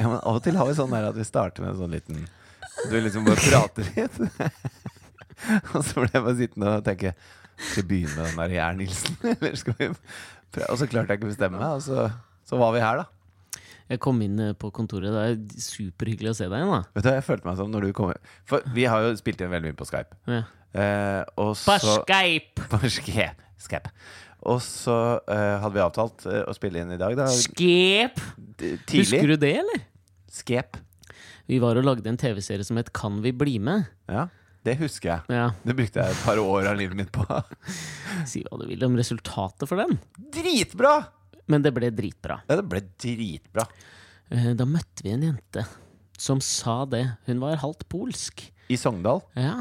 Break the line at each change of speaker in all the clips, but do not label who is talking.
Ja, men Av og til har vi sånn der at vi starter med en sånn liten Du liksom bare prater litt. og så ble jeg bare sittende og tenke Skal vi begynne med den der Gjær Nilsen, eller skal vi prøve? Og så klarte jeg ikke å bestemme meg, og så, så var vi her, da.
Jeg kom inn eh, på kontoret. Det er superhyggelig å se deg igjen. da
Vet du hva jeg følte meg som når du kom For vi har jo spilt inn veldig mye på Skype.
Ja.
Eh, og
På
så
Skype!
På Skype. Skype. Og så eh, hadde vi avtalt eh, å spille inn i dag. Da,
Skep!
d-
Husker
tidlig.
du det, eller?
Skep.
Vi var og lagde en TV-serie som het Kan vi bli med?
Ja, det husker jeg.
Ja,
Det brukte jeg et par år av livet mitt på.
Si hva du vil om resultatet for den,
Dritbra!
men det ble dritbra.
Ja, det ble dritbra.
Eh, Da møtte vi en jente som sa det. Hun var halvt polsk.
I Sogndal.
Ja.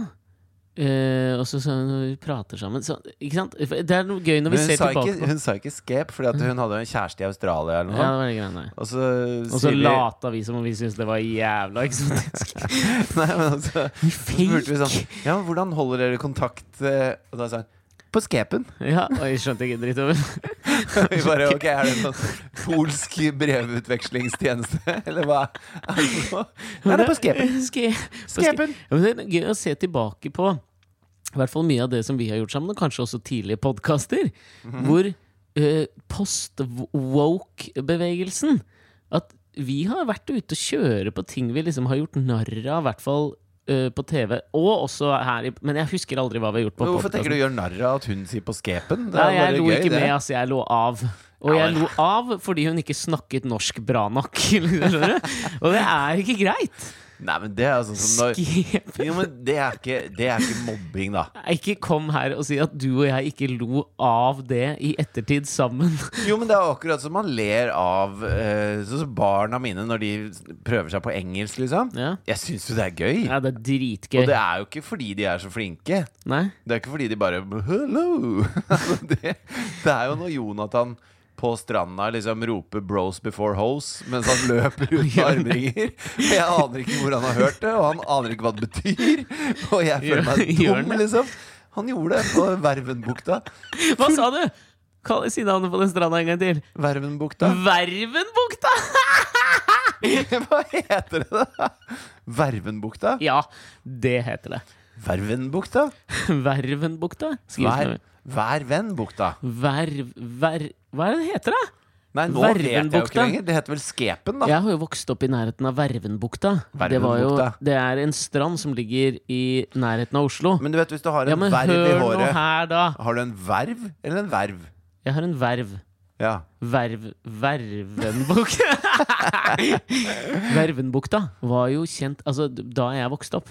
Eh, og så sa hun når vi prater sammen så, Ikke sant? For Det er noe gøy
Men
når vi
hun
ser
sa,
tilbake
ikke,
på
hun sa ikke skep, fordi at hun hadde en kjæreste i Australia eller
ja, det
noe. sånt.
var det greiene.
Og så,
Og så
sier vi-
lata vi som om vi syntes det var jævla eksotisk.
Nei, men altså, så spurte vi sånn Ja, men hvordan holder dere kontakt? eh?» Og da sa hun på skepen.
Ja, og jeg skjønte ikke dritt over
Vi bare ok, er det en sånn polsk brevutvekslingstjeneste? Eller hva er det for noe? Nei, det er på skepen.
Ske- på ske-
Skepen.
Ja, men det er gøy å se tilbake på i hvert fall mye av det som vi har gjort sammen, og kanskje også tidlige podkaster,
Mhm.
hvor eh, post-woke-bevegelsen At vi har vært ute og kjøre på ting vi liksom har gjort narr av, i hvert fall eh, på TV, og også her i Men jeg husker aldri hva vi har gjort på
Men Hvorfor tenker du å
podkasten.
gjøre narr av at hun sier på skepen? Det
Nei,
er
jeg
bare
lo
gøy,
ikke med,
det.
altså. Jeg lo av. Og
Ja,
jeg lo av fordi hun ikke snakket norsk bra nok. liksom, skjønner du? og det er ikke greit.
Nei, men det er altså som når
Skep.
jo, men det er, ikke, det er ikke mobbing, da.
Nei, Ikke kom her og si at du og jeg ikke lo av det i ettertid sammen.
Jo, men det er akkurat som man ler av eh, Sånn som barna mine når de prøver seg på engelsk, liksom.
Ja,
Jeg syns jo det er gøy.
ja det er dritgøy.
Og det er jo ikke fordi de er så flinke.
Nei?
Det er ikke fordi de bare Hello! Altså, det, det er jo når Jonathan på stranda liksom roper 'bros before hoes' mens han løper ut med armringer. Og Jeg aner ikke hvor han har hørt det, og han aner ikke hva det betyr. Og jeg føler meg
Gjør han
dum,
det?
liksom. Han gjorde det på Vervenbukta.
Hva sa du? Kall si navnet på den stranda en gang til.
Vervenbukta.
Vervenbukta!
Hva heter det, da? Vervenbukta?
Ja, det heter det.
Vervenbukta?
Vervenbukta?
Hver,
Skriv
hver venn-bukta.
Verv... Ver... Hva er det det heter, da?
Nei, nå vet jeg jo
Vervenbukta.
ikke lenger. Det heter vel Skepen, da.
Jeg har jo vokst opp i nærheten av Vervenbukta. Det, var jo,
Vervenbukta.
det er en strand som ligger i nærheten av Oslo.
Men du vet, hvis du har en
Ja, men
verv i
hør nå
håret
her, da!
Har du en verv eller en verv?
Jeg har en verv.
Ja.
Verv... Vervenbukk Vervenbukta var jo kjent Altså, d- da jeg vokste opp,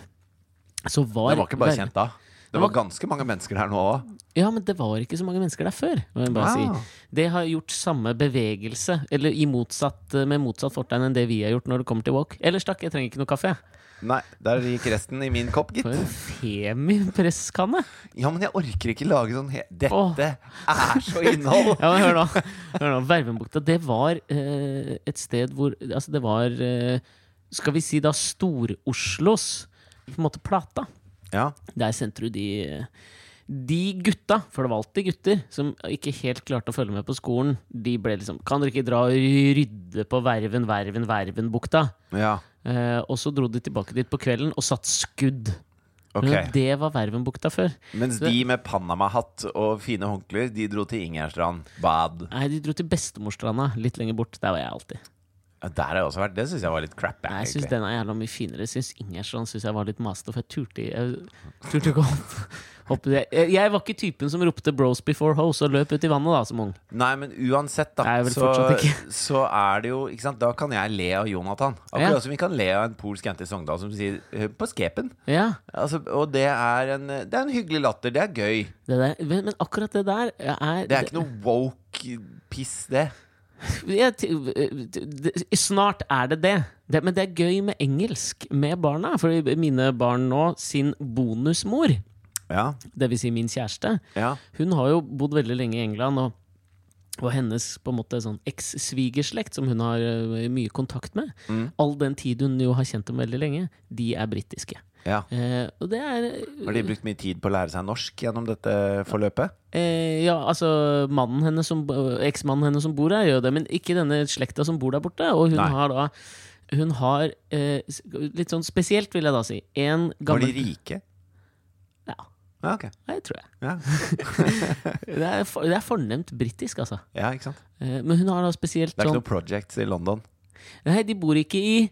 så var
Det var ikke bare
Verv-
kjent da. Det var ganske mange mennesker her nå òg.
Ja, men det var ikke så mange mennesker der før. Må jeg bare
Ah.
si. Det har gjort samme bevegelse, eller i motsatt, med motsatt fortegn enn det vi har gjort når det kommer til walk. Ellers takk, jeg trenger ikke noe kaffe. jeg.
Nei, der gikk resten i min kopp, gitt.
For en femi-presskanne.
Ja, men jeg orker ikke lage sånn he
Åh.
Dette er så innhold!
Ja, men hør nå. Hør nå. Vervenbukta, det var eh, et sted hvor Altså, det var eh, Skal vi si da Stor-Oslos på en måte plata.
Ja.
Der sendte du de De gutta, for det var alltid gutter, som ikke helt klarte å følge med på skolen, de ble liksom Kan dere ikke dra og rydde på Verven, Verven, Vervenbukta?
ja.
Eh, og så dro de tilbake dit på kvelden og satt skudd.
Ok.
Det var Vervenbukta før.
Mens de med Panama-hatt og fine håndklær, de dro til Ingjerdstrand bad.
Nei, de dro til Bestemorstranda, litt lenger bort. Der var jeg alltid.
Ja, der har jeg også vært. Det syns jeg var litt crap.
Nei, jeg syns
egentlig.
den er jævla mye finere. Jeg syns Ingerstrand synes jeg var litt masete, for jeg turte, jeg, turte ikke å hoppe. hoppe det. Jeg, jeg var ikke typen som ropte 'bros before hoes' og løp ut i vannet da, som ung.
Nei, men uansett, da,
Nei, vel
så,
fortsatt ikke.
så er det jo ikke sant? Da kan jeg le av Jonathan. Akkurat
Ja.
som vi kan le av en polsk jente i Sogndal som sier eh, 'på skepen'.
Ja,
Altså, og det er, en, det er en hyggelig latter. Det er gøy.
det der, men men akkurat det der er,
Det er ikke noe woke piss, det.
jeg t- det- Snart er det det. det. Men det er gøy med engelsk med barna. For mine barn nå, sin bonusmor,
Ja,
dvs. Si min kjæreste,
ja,
hun har jo bodd veldig lenge i England, og, og hennes på en måte sånn eks-svigerslekt, som
Mm.
hun har ø, mye kontakt med, all den tid hun jo har kjent dem veldig lenge, de er britiske.
Ja.
Eh, og det er
Har de brukt mye tid på å lære seg norsk gjennom dette forløpet?
Eh, ja, altså mannen hennes som, eh, Eksmannen hennes som bor her, gjør det, men ikke denne slekta som bor der borte. Og hun
Nei.
har da Hun har, eh, s- litt sånn spesielt, vil jeg da si, en
Var de
gammel
rike?
Ja,
Ja, ok.
det tror jeg.
Ja,
Det er, for, det er fornemt britisk, altså.
ja ikke sant?
Eh, men hun har da spesielt
Det er ikke
sånn
noe projects i London.
Nei, de bor ikke i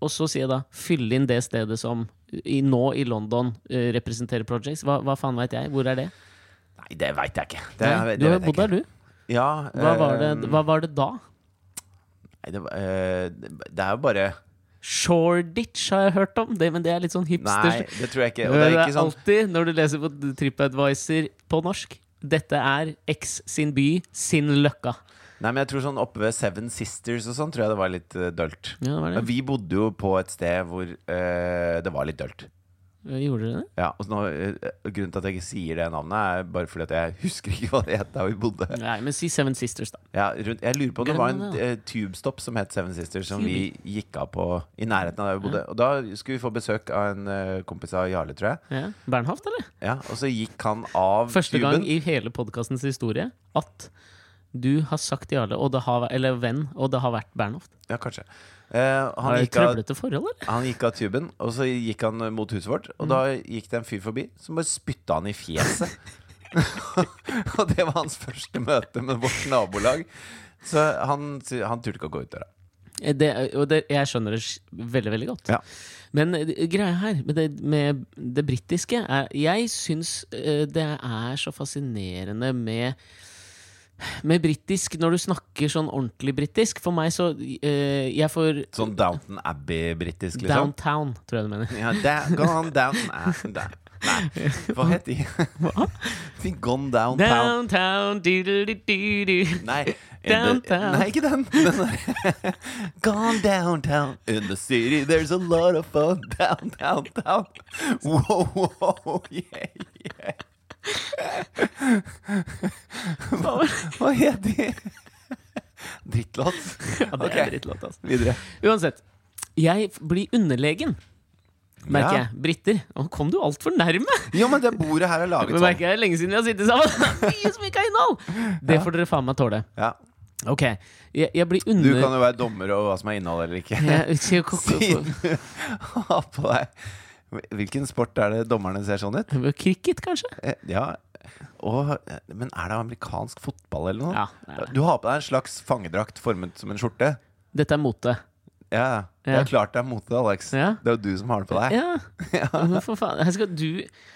Og så sier jeg da fyll inn det stedet som i, nå i London eh, representerer Projects. Hva, hva faen veit jeg? Hvor er det?
Nei, det veit jeg ikke. Det,
Nei,
det
du
vet
har jo
jeg
bodd der,
ikke.
du.
Ja,
Hva var,
eh,
det, hva var det da?
Nei, det, var- eh, det er jo bare
Shoreditch har jeg hørt om, det, men det er litt sånn hipsters.
Nei, det tror jeg ikke. Og det er ikke sånn
alltid når du leser på TripAdvisor på norsk. Dette er X sin by, sin løkka.
Nei, men jeg tror sånn oppe ved Seven Sisters og sånn, tror jeg det var litt eh, dølt.
Ja, det var
Men
det.
vi bodde jo på et sted hvor eh, det var litt dølt.
Gjorde dere det?
Ja, og så nå, eh, grunnen til at jeg ikke sier det navnet, er bare fordi at jeg husker ikke hva det het der vi bodde.
Nei, men si Seven Sisters, da.
Ja, rundt, jeg lurer på om det
Glem
var en
det, da.
eh, tubestopp som het Seven Sisters, som vi gikk av på i nærheten av der vi bodde. Og da skulle vi få besøk av en eh, kompis av Jarle, tror jeg.
Ja. Bernhoft, eller?
Ja, og så gikk han av
Første
tuben.
gang i hele podkastens historie at du har sagt Jarle, og det har, væ- eller venn, og det har vært Bernhoft.
Ja, kanskje. Eh, han,
Er det
gikk av,
trøblete forhold, eller?
han gikk av tuben, og så gikk han eh, mot huset vårt. Og da gikk det en fyr forbi som bare spytta han i fjeset. og det var hans første møte med vårt nabolag. Så han, han turte ikke å gå ut døra.
Eh, Det, og det, jeg skjønner det s- veldig, veldig godt.
Ja.
Men eh, greia her med det, med det britiske er Jeg syns eh, det er så fascinerende med med britisk, når du snakker sånn ordentlig britisk For meg så eh, Jeg får
Sånn Downton Abbey-britisk, liksom.
downtown, tror jeg du mener.
Ja, da, gone down Nei, da- nei. Hva het de?
Hva?
De Gone Downtown.
Downtown, du-du-du-du-du.
Nei, in the,
Downtown.
nei, ikke den. den der. Gone downtown in the city, there's a lot of fun down, downtown. Wow, wow, yeah, yeah. Hva, hva het de? Drittlåt.
Ja, det
Ok,
er drittlåt, altså.
Videre.
Uansett. Jeg f- blir underlegen, merker
Ja.
jeg. Briter. Nå kom du altfor nærme!
Jo, men det bordet her er laget
Men
sånn.
merker jeg, det er lenge siden vi har sittet sammen. Mye som ikke har innhold! Det får dere faen meg tåle.
sånn. Ja.
Ok, jeg, jeg blir
Du
under...
kan jo være dommer over hva som er innhold eller ikke.
Jeg- jeg- jeg-
Siden du har på deg Hvilken sport er det dommerne ser sånn ut?
Cricket, kanskje?
Eh, Ja, og, eh, Men er det amerikansk fotball eller noe?
Ja, det er det.
Du har på deg en slags fangedrakt formet som en skjorte.
Dette er mote.
Ja, Det
Ja.
er klart det er mote, Alex.
Ja.
Det er jo du som har det på deg.
Ja, men for faen. Her skal du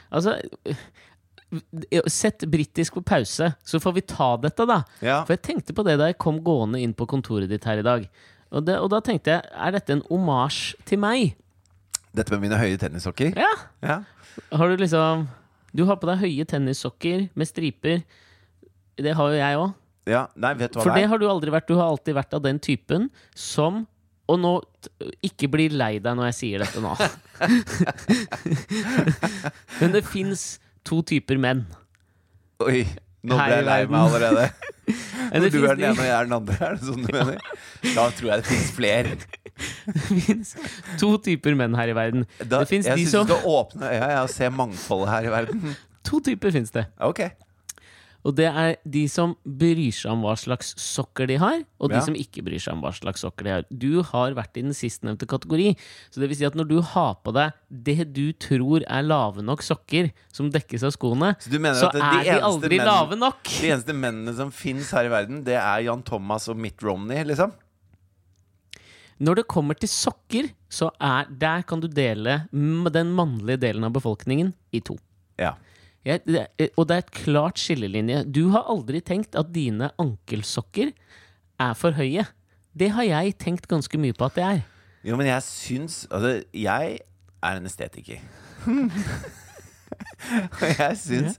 Altså, eh, sett britisk på pause, så får vi ta dette, da.
Ja.
For jeg tenkte på det da jeg kom gående inn på kontoret ditt her i dag. Og, det, og da tenkte jeg, er dette en omasj til meg?
Dette med mine høye tennissokker.
Ja.
Ja.
Har du liksom Du har på deg høye tennissokker med striper. Det har jo jeg òg.
ja. Nei, vet du hva
For
det
det
er?
har du aldri vært. Du har alltid vært av den typen som Og nå t- ikke bli lei deg når jeg sier dette nå. Men det fins to typer menn.
Oi, nå ble
Her i
jeg lei
verden.
meg allerede.
Nei,
Når du
Det
er den
finnes
ene og
de-
jeg er den andre, er det sånn du mener? Da tror jeg det fins flere.
det finnes to typer menn her i verden.
Da,
det fins
jeg
de
synes
som
du skal åpne øya jeg, og se mangfoldet her i verden.
To typer fins det.
Ok.
Og det er de som bryr seg om hva slags sokker de har, og de
Ja.
som ikke bryr seg om hva slags sokker de har. Du har vært i den sistnevnte kategori. Så det vil si at når du har på deg det du tror er lave nok sokker som dekkes av skoene,
Så du mener
så
at det- de
er de
eneste
aldri
menn-
lave nok.
De eneste mennene som fins her i verden, det er Jan Thomas og Mitt Romney, liksom.
Når det kommer til sokker, så er der kan du dele m- den mannlige delen av befolkningen i to.
Ja.
Jeg, det, er- og det er et klart skillelinje. Du har aldri tenkt at dine ankelsokker er for høye. Det har jeg tenkt ganske mye på at det er.
Jo, men jeg syns Altså, jeg er en estetiker. Og jeg syns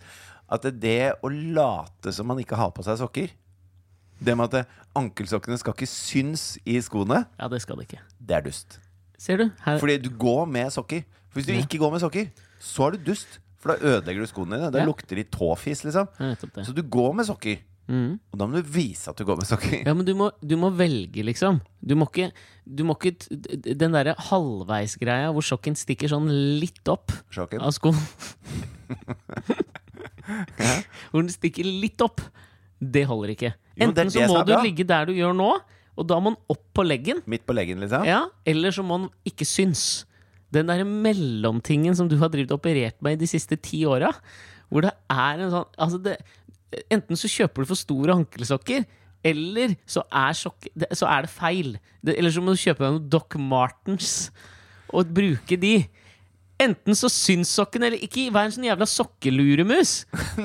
at det å late som man ikke har på seg sokker Det med at ankelsokkene skal ikke syns i skoene,
Ja, det skal det ikke.
det er dust.
Ser du? Her,
Fordi du går med sokker. For hvis du ikke går med sokker, så er du dust. For da ødelegger du skoene dine. Da
Ja.
lukter de tåfis, liksom.
Ja, nettopp det.
Så du går med sokker.
Mm.
Og da må du vise at du går med sokker.
Ja, men du må, du må velge, liksom. Du må ikke, du må ikke t- d- Den derre halvveisgreia hvor sokken stikker sånn litt opp
Sokken.
av skoen Hvor den stikker litt opp. Det holder ikke.
Jo, men det er
Enten
det
så
som
må
er
du
bra.
ligge der du gjør nå, og da må den opp på leggen.
Midt på leggen, liksom.
Ja, eller så må den ikke syns. Den derre mellomtingen som du har drevet og operert med i de siste ti åra, hvor det er en sånn altså det, Enten så kjøper du for store ankelsokker, eller så er, sokk- det- så er det feil. Det, eller så må du kjøpe deg noen Doc Martens og bruke de. Enten så syns sokken, eller ikke. Vær en sånn jævla sokkeluremus!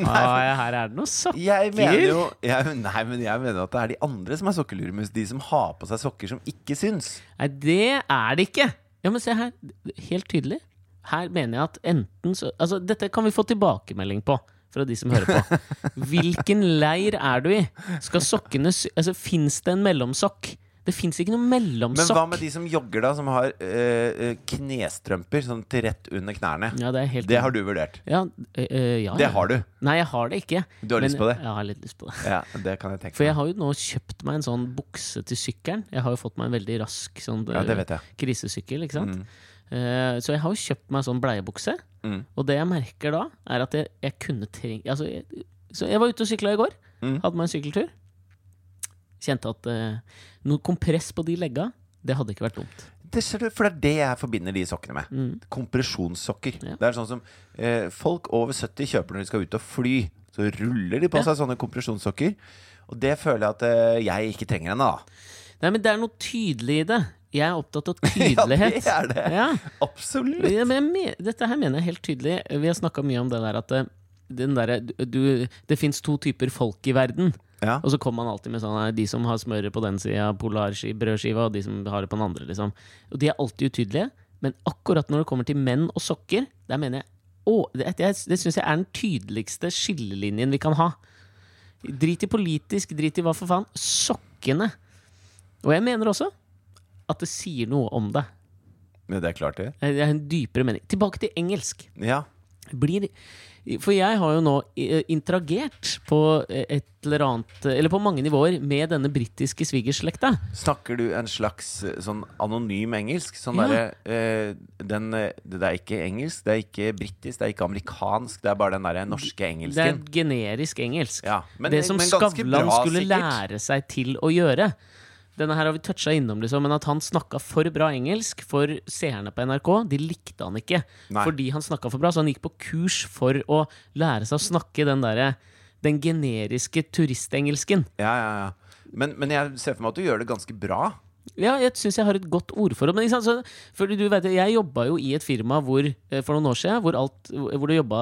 Ah, ja, her er det noe sokker.
Jeg mener jo jeg, Nei, men jeg mener at det er de andre som er sokkeluremus. De som har på seg sokker som ikke syns.
Nei, det er det ikke. Ja, men se her. Helt tydelig. Her mener jeg at enten så Altså, dette kan vi få tilbakemelding på fra de som hører på. Hvilken leir er du i? Skal sokkene sy... Altså, fins det en mellomsokk? Det fins ikke noen
Men hva
mellomsokk.
med de som jogger, da? Som har øh, øh, knestrømper sånn til rett under knærne.
Ja, det er helt
Det har du vurdert.
ja, ø, ø, ja,
Det
ja.
har du.
Nei, jeg har det ikke.
Du har
Men-
lyst på det?
Ja, jeg har litt lyst på det.
Ja, det kan jeg tenke
For
meg.
jeg har jo nå kjøpt meg en sånn bukse til sykkelen. Jeg har jo fått meg en veldig rask sånn
Ja, det
ø,
vet jeg.
krisesykkel, ikke sant? Eh, så jeg har jo kjøpt meg sånn bleiebukse.
Mm.
Og det jeg merker da, er at jeg, jeg kunne trenge altså, jeg, Så jeg var ute og sykla i går.
Mm.
Hadde meg en sykkeltur. Kjente at eh, noe kompress på de legga, det hadde ikke vært dumt. Mm.
Det, ser du, for det er det jeg forbinder de sokkene med. Kompresjonssokker.
Ja.
Det er sånn som eh, folk over 70 kjøper når de skal ut og fly. Så ruller de på seg sånne kompresjonssokker. Og det føler jeg at eh, jeg ikke trenger ennå, da.
Nei, men det er noe tydelig i det. Jeg er opptatt av
Ja, det
tydelighet.
er det.
Ja.
Absolutt.
Ja, men jeg men, dette her mener jeg helt tydelig. Vi har snakka mye om det der at eh, den derre- du, du, det fins to typer folk i verden.
Ja.
Og så kommer man alltid med sånn eh, de som har smøret på den sida, polarbrødskiva, og de som har det på den andre. liksom Og de er alltid utydelige. Men akkurat når det kommer til menn og sokker, der mener jeg å, det, det, det syns jeg er den tydeligste skillelinjen vi kan ha. Drit i politisk, drit i hva for faen. Sokkene. Og jeg mener også at det sier noe om deg.
Men det er klart, det.
Det er en dypere mening. Tilbake til engelsk.
Ja.
Blir, for jeg har jo nå eh, interagert på et eller annet Eller på mange nivåer med denne britiske svigerslekta.
Snakker du en slags eh, sånn anonym engelsk? Sånn
Ja.
derre eh, den, eh, Det er ikke engelsk, det er ikke britisk, det er ikke amerikansk. Det er bare den derre norske
Det er
engelsken.
generisk engelsk.
Ja, men-
det som
men ganske
Skavlan
bra,
skulle
sikkert.
lære seg til å gjøre. Denne her har vi toucha innom, liksom, men at han snakka for bra engelsk for seerne på NRK, de likte han ikke.
Nei.
Fordi han snakka for bra, så han gikk på kurs for å lære seg å snakke den derre den generiske turistengelsken.
Ja, ja, ja. Men, men jeg ser for meg at du gjør det ganske bra.
Ja, jeg syns jeg har et godt ordforråd. Men ikke sant? Så, fordi du vet, jeg jobba jo i et firma hvor, eh, for noen år siden hvor alt, hvor, det jobba,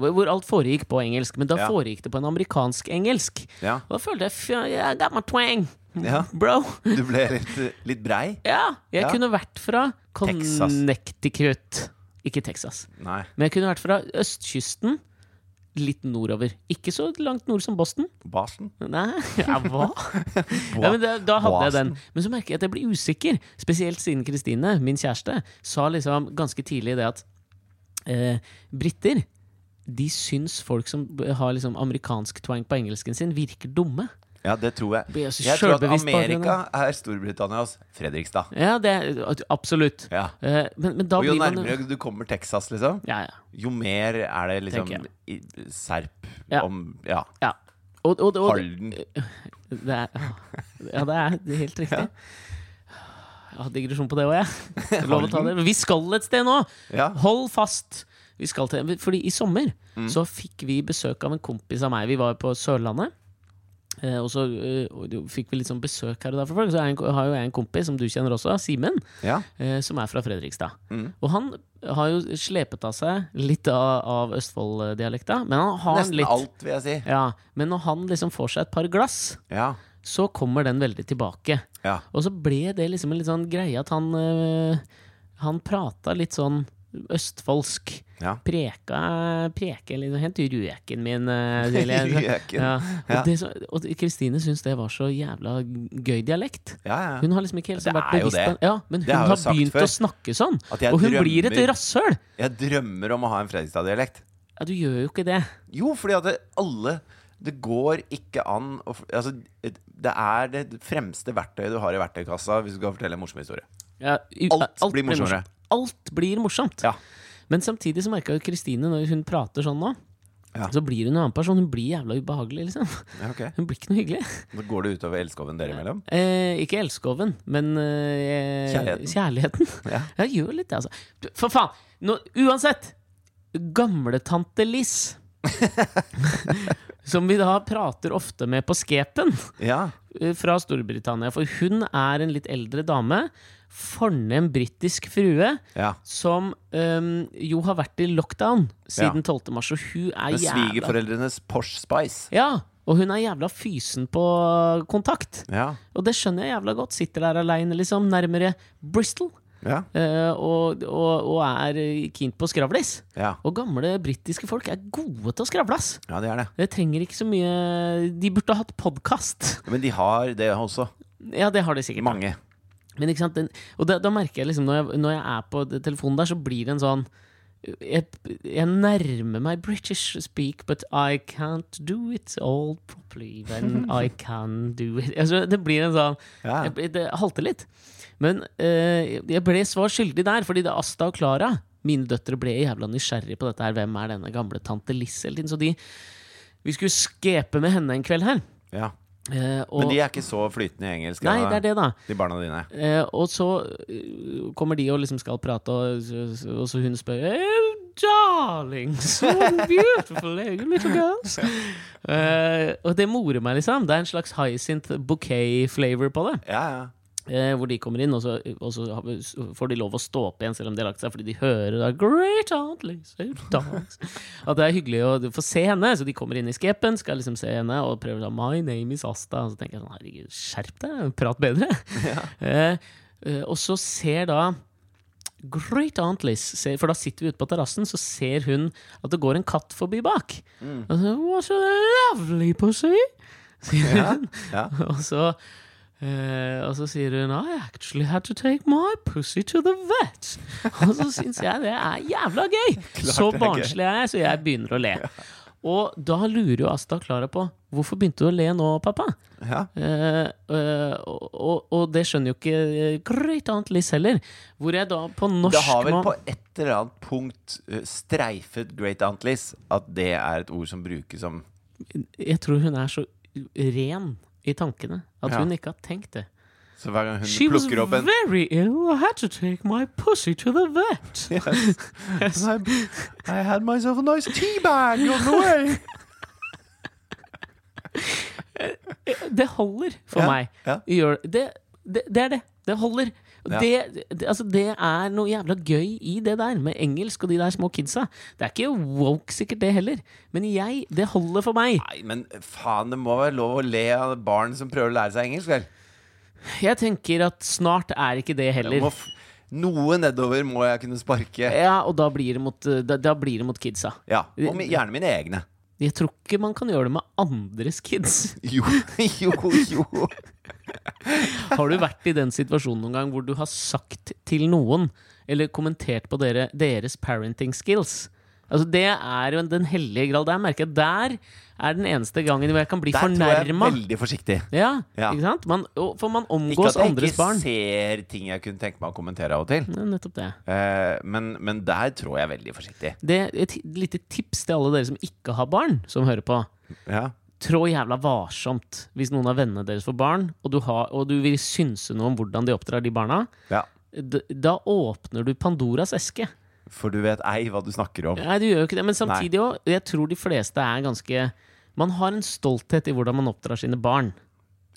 hvor hvor alt foregikk på engelsk. Men da
Ja.
foregikk det på en amerikansk engelsk.
Ja.
Og da følte jeg fy, I got my twang,
Ja.
bro.
Du ble litt, eh, litt brei?
Ja, jeg
Ja.
kunne vært fra
Texas.
Connecticut. Ikke Texas.
Nei.
Men jeg kunne vært fra østkysten, litt nordover. Ikke så langt nord som Boston.
Basen?
Nei, ja, hva? Ja, men da, da hadde jeg den. Men så merker jeg at jeg blir usikker. Spesielt siden Kristine, min kjæreste, sa liksom ganske tidlig det at eh, briter de syns folk som b- har liksom amerikansk twang på engelsken sin, virker dumme.
Ja, det tror jeg.
Blir altså
Jeg
jeg så
tror at
selvbevisst på
Amerika er Storbritannias Fredrikstad.
Ja, det er- Absolutt.
Ja.
Eh, men, men da
Og jo
blir man
nærmere du kommer Texas, liksom,
ja, ja.
jo mer er det liksom
Tenker
i- serp
Ja.
om Ja.
ja. Og, og, og,
Halden.
Det er, ja, det er det er helt riktig. Jeg har digresjon på det òg, jeg. Lov å ta det. Men Vi skal et sted nå!
Ja.
Hold fast! Vi skal til, fordi i sommer
Mm.
så fikk vi besøk av en kompis av meg. Vi var på Sørlandet. Eh, og så eh, og jo fikk vi litt sånn besøk her og der fra folk. Så er jeg en, ko- har jo jeg en kompis som du kjenner også, Simen,
Ja.
eh, som er fra Fredrikstad.
Mm.
Og han har jo slepet av seg litt av, av Østfold-dialekta. Men han har
Nesten
litt
alt, vil jeg si.
Ja, Men når han liksom får seg et par glass,
Ja.
så kommer den veldig tilbake.
ja.
Og så ble det liksom en litt sånn greie at han øh, Han prata litt sånn østfoldsk.
Ja.
Preka Preke liksom Hent røken min, øh, til jeg.
Gjøken.
Ja.
Ja.
Og det så- Og Kristine syns det var så jævla gøy dialekt.
Ja, ja.
Hun har liksom ikke helt
Det
sånn vært
er jo
bevisst
det.
på- ja, Men
Det
hun
har jeg
har
jo sagt
begynt
før.
å snakke sånn!
At jeg
Og hun blir et
drømmer-
rasshøl!
Jeg drømmer om å ha en Fredrikstad-dialekt.
Ja, du gjør jo ikke det.
Jo, fordi at alle Det går ikke an å f- altså, Det er det fremste verktøyet du har i verktøykassa hvis du skal fortelle en morsom historie.
Ja, i-
Alt blir morsommere.
morsomt. Alt blir morsomt.
Ja.
Men samtidig så merka jo Kristine, når hun prater sånn nå,
Ja.
så blir hun en annen person. Hun blir jævla ubehagelig, liksom.
Ja, ok.
Hun blir ikke noe hyggelig.
Da går det utover elskoven dere imellom?
Eh, ikke elskoven, men eh,
Kjærligheten.
kjærligheten.
Ja.
Ja, gjør litt det, altså. For faen! Nå, uansett! Gamletante Liss. som vi da prater ofte med på skepen
ja.
eh, fra Storbritannia. For hun er en litt eldre dame. Fornem britisk frue
ja.
som øhm, jo har vært i lockdown siden
Ja.
12. mars, og hun er
Med
jævla
svigerforeldrenes Posh Spice.
Ja, og hun er jævla fysen på kontakt.
Ja.
Og det skjønner jeg jævla godt. Sitter der aleine, liksom, nærmere Bristol.
Ja.
øh, og, og, og er øh, keen på å skravles.
Ja.
Og gamle britiske folk er gode til å skravles.
ja, det er det.
Det trenger ikke så mye De burde hatt podkast.
Men de har det også.
Ja, det har de sikkert.
Mange.
Men ikke sant, den, og da, da merker jeg liksom når jeg, når jeg er på d- telefonen der, så blir det en sånn jeg, jeg nærmer meg British speak, but I can't do it all properly when I can do it altså, Det blir en sånn
Ja.
jeg, blir- Det halter litt. Men eh, jeg ble svar skyldig der, fordi det er Asta og Klara, mine døtre, ble jævla nysgjerrige på dette her. Hvem er denne gamle tante Liss hele tiden? Så de Vi skulle skepe med henne en kveld her.
Ja.
eh, og,
Men de er ikke så flytende i engelsk,
Nei,
da,
det er det, da.
de barna dine.
Eh, og så eh, kommer de og liksom skal prate, og, så- så- og så hun spør oh, Darling, so beautiful little girls. Eh, og det morer meg, liksom. Det er en slags hyacinth bouquet-flavor på det.
Ja, ja.
Eh, hvor de kommer inn, og så, og så har vi- så får de lov å stå opp igjen selv om de har lagt seg, fordi de hører da Great Aunt Lisa dogs. At det er hyggelig å få se henne. Så de kommer inn i skepen, skal liksom se henne, og prøver sånn My name is Asta. Og så tenker jeg sånn Herregud, skjerp deg, prat bedre. Eh, eh, og så ser da Great Aunt Liz, ser, for da sitter vi ute på terrassen, så ser hun at det går en katt forbi bak. Og så, What a lovely pussy! sier
Ja,
hun.
ja.
Og så eh, og så sier hun I actually had to take my pussy to the vet. Og så syns jeg det er jævla gøy! så
det er gøy.
barnslig er jeg, så jeg begynner å le. Og da lurer jo Asta og Klara på hvorfor begynte du å le nå, pappa?
ja.
Eh, eh, og, og, og det skjønner jo ikke eh, Great Aunt Liz heller. Hvor jeg da på norsk
Det har vel
nå-
på et eller annet punkt eh, streifet Great Aunt Liz at det er et ord som brukes som
Jeg tror hun er så ren i tankene at
Ja.
hun ikke har tenkt det.
Så hver gang hun
She was
plukker opp en
very ill. I had to take my pussy to the vet.
I, I had myself a nice tea bag on the way.
Det holder for
Ja,
meg.
ja.
Gjør, det, det, det er det. Det holder. Og
Ja.
det, det, altså det er noe jævla gøy i det der, med engelsk og de der små kidsa. Det er ikke woke sikkert, det heller. Men jeg, det holder for meg.
Nei, men faen, det må være lov å le av barn som prøver å lære seg engelsk, vel?
Jeg tenker at snart er ikke det
Jeg
heller.
Må f noe nedover må jeg kunne sparke.
Ja, og da blir det mot, eh, da, da blir det mot kidsa.
Ja, og mi- gjerne mine egne.
Jeg tror ikke man kan gjøre det med andres kids.
Jo, jo, jo.
Har du vært i den situasjonen noen gang hvor du har sagt til noen, eller kommentert på dere, deres parenting skills? Altså Det er jo en- den hellige gral. Der merker jeg der er den eneste gangen hvor jeg kan bli
Der tror jeg jeg er
fornærma.
veldig forsiktig.
Ja,
Ja.
ikke sant? Man, og- for man
Ikke
omgås
at jeg
andres
ikke
barn.
ser ting jeg kunne tenke meg å kommentere av og til.
Ja, Nettopp det.
Eh, men, men der tror jeg er veldig forsiktig.
det. Et hi- lite tips til alle dere som ikke har barn, som hører på.
Ja.
Trå jævla varsomt hvis noen av vennene deres får barn, og du, har, og du vil synse noe om hvordan de oppdrar de barna.
ja.
D- Da åpner du Pandoras eske.
For du vet ei hva du snakker om.
Nei, du gjør jo ikke det. Men samtidig òg, jeg tror de fleste er ganske Man har en stolthet i hvordan man oppdrar sine barn.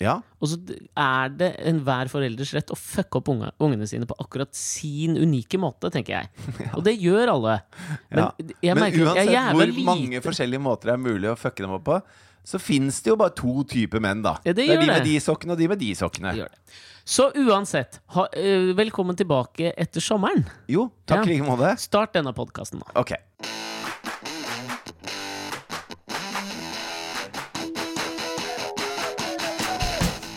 Ja,
Og så d- er det enhver forelders rett å fucke opp unge, ungene sine på akkurat sin unike måte, tenker jeg. Og det gjør alle. Men
ja.
jeg
Men
merker jeg er
uansett
jævla
hvor
lite
mange forskjellige måter det er mulig å fucke dem opp på, så fins det jo bare to typer menn, da.
Ja, det
er
gjør
de med
det.
de sokkene og de med de sokkene.
Gjør det. Så uansett, ha, eh, velkommen tilbake etter sommeren.
Jo, takk
Ja.
i like måte.
Start denne podkasten nå.
Ok.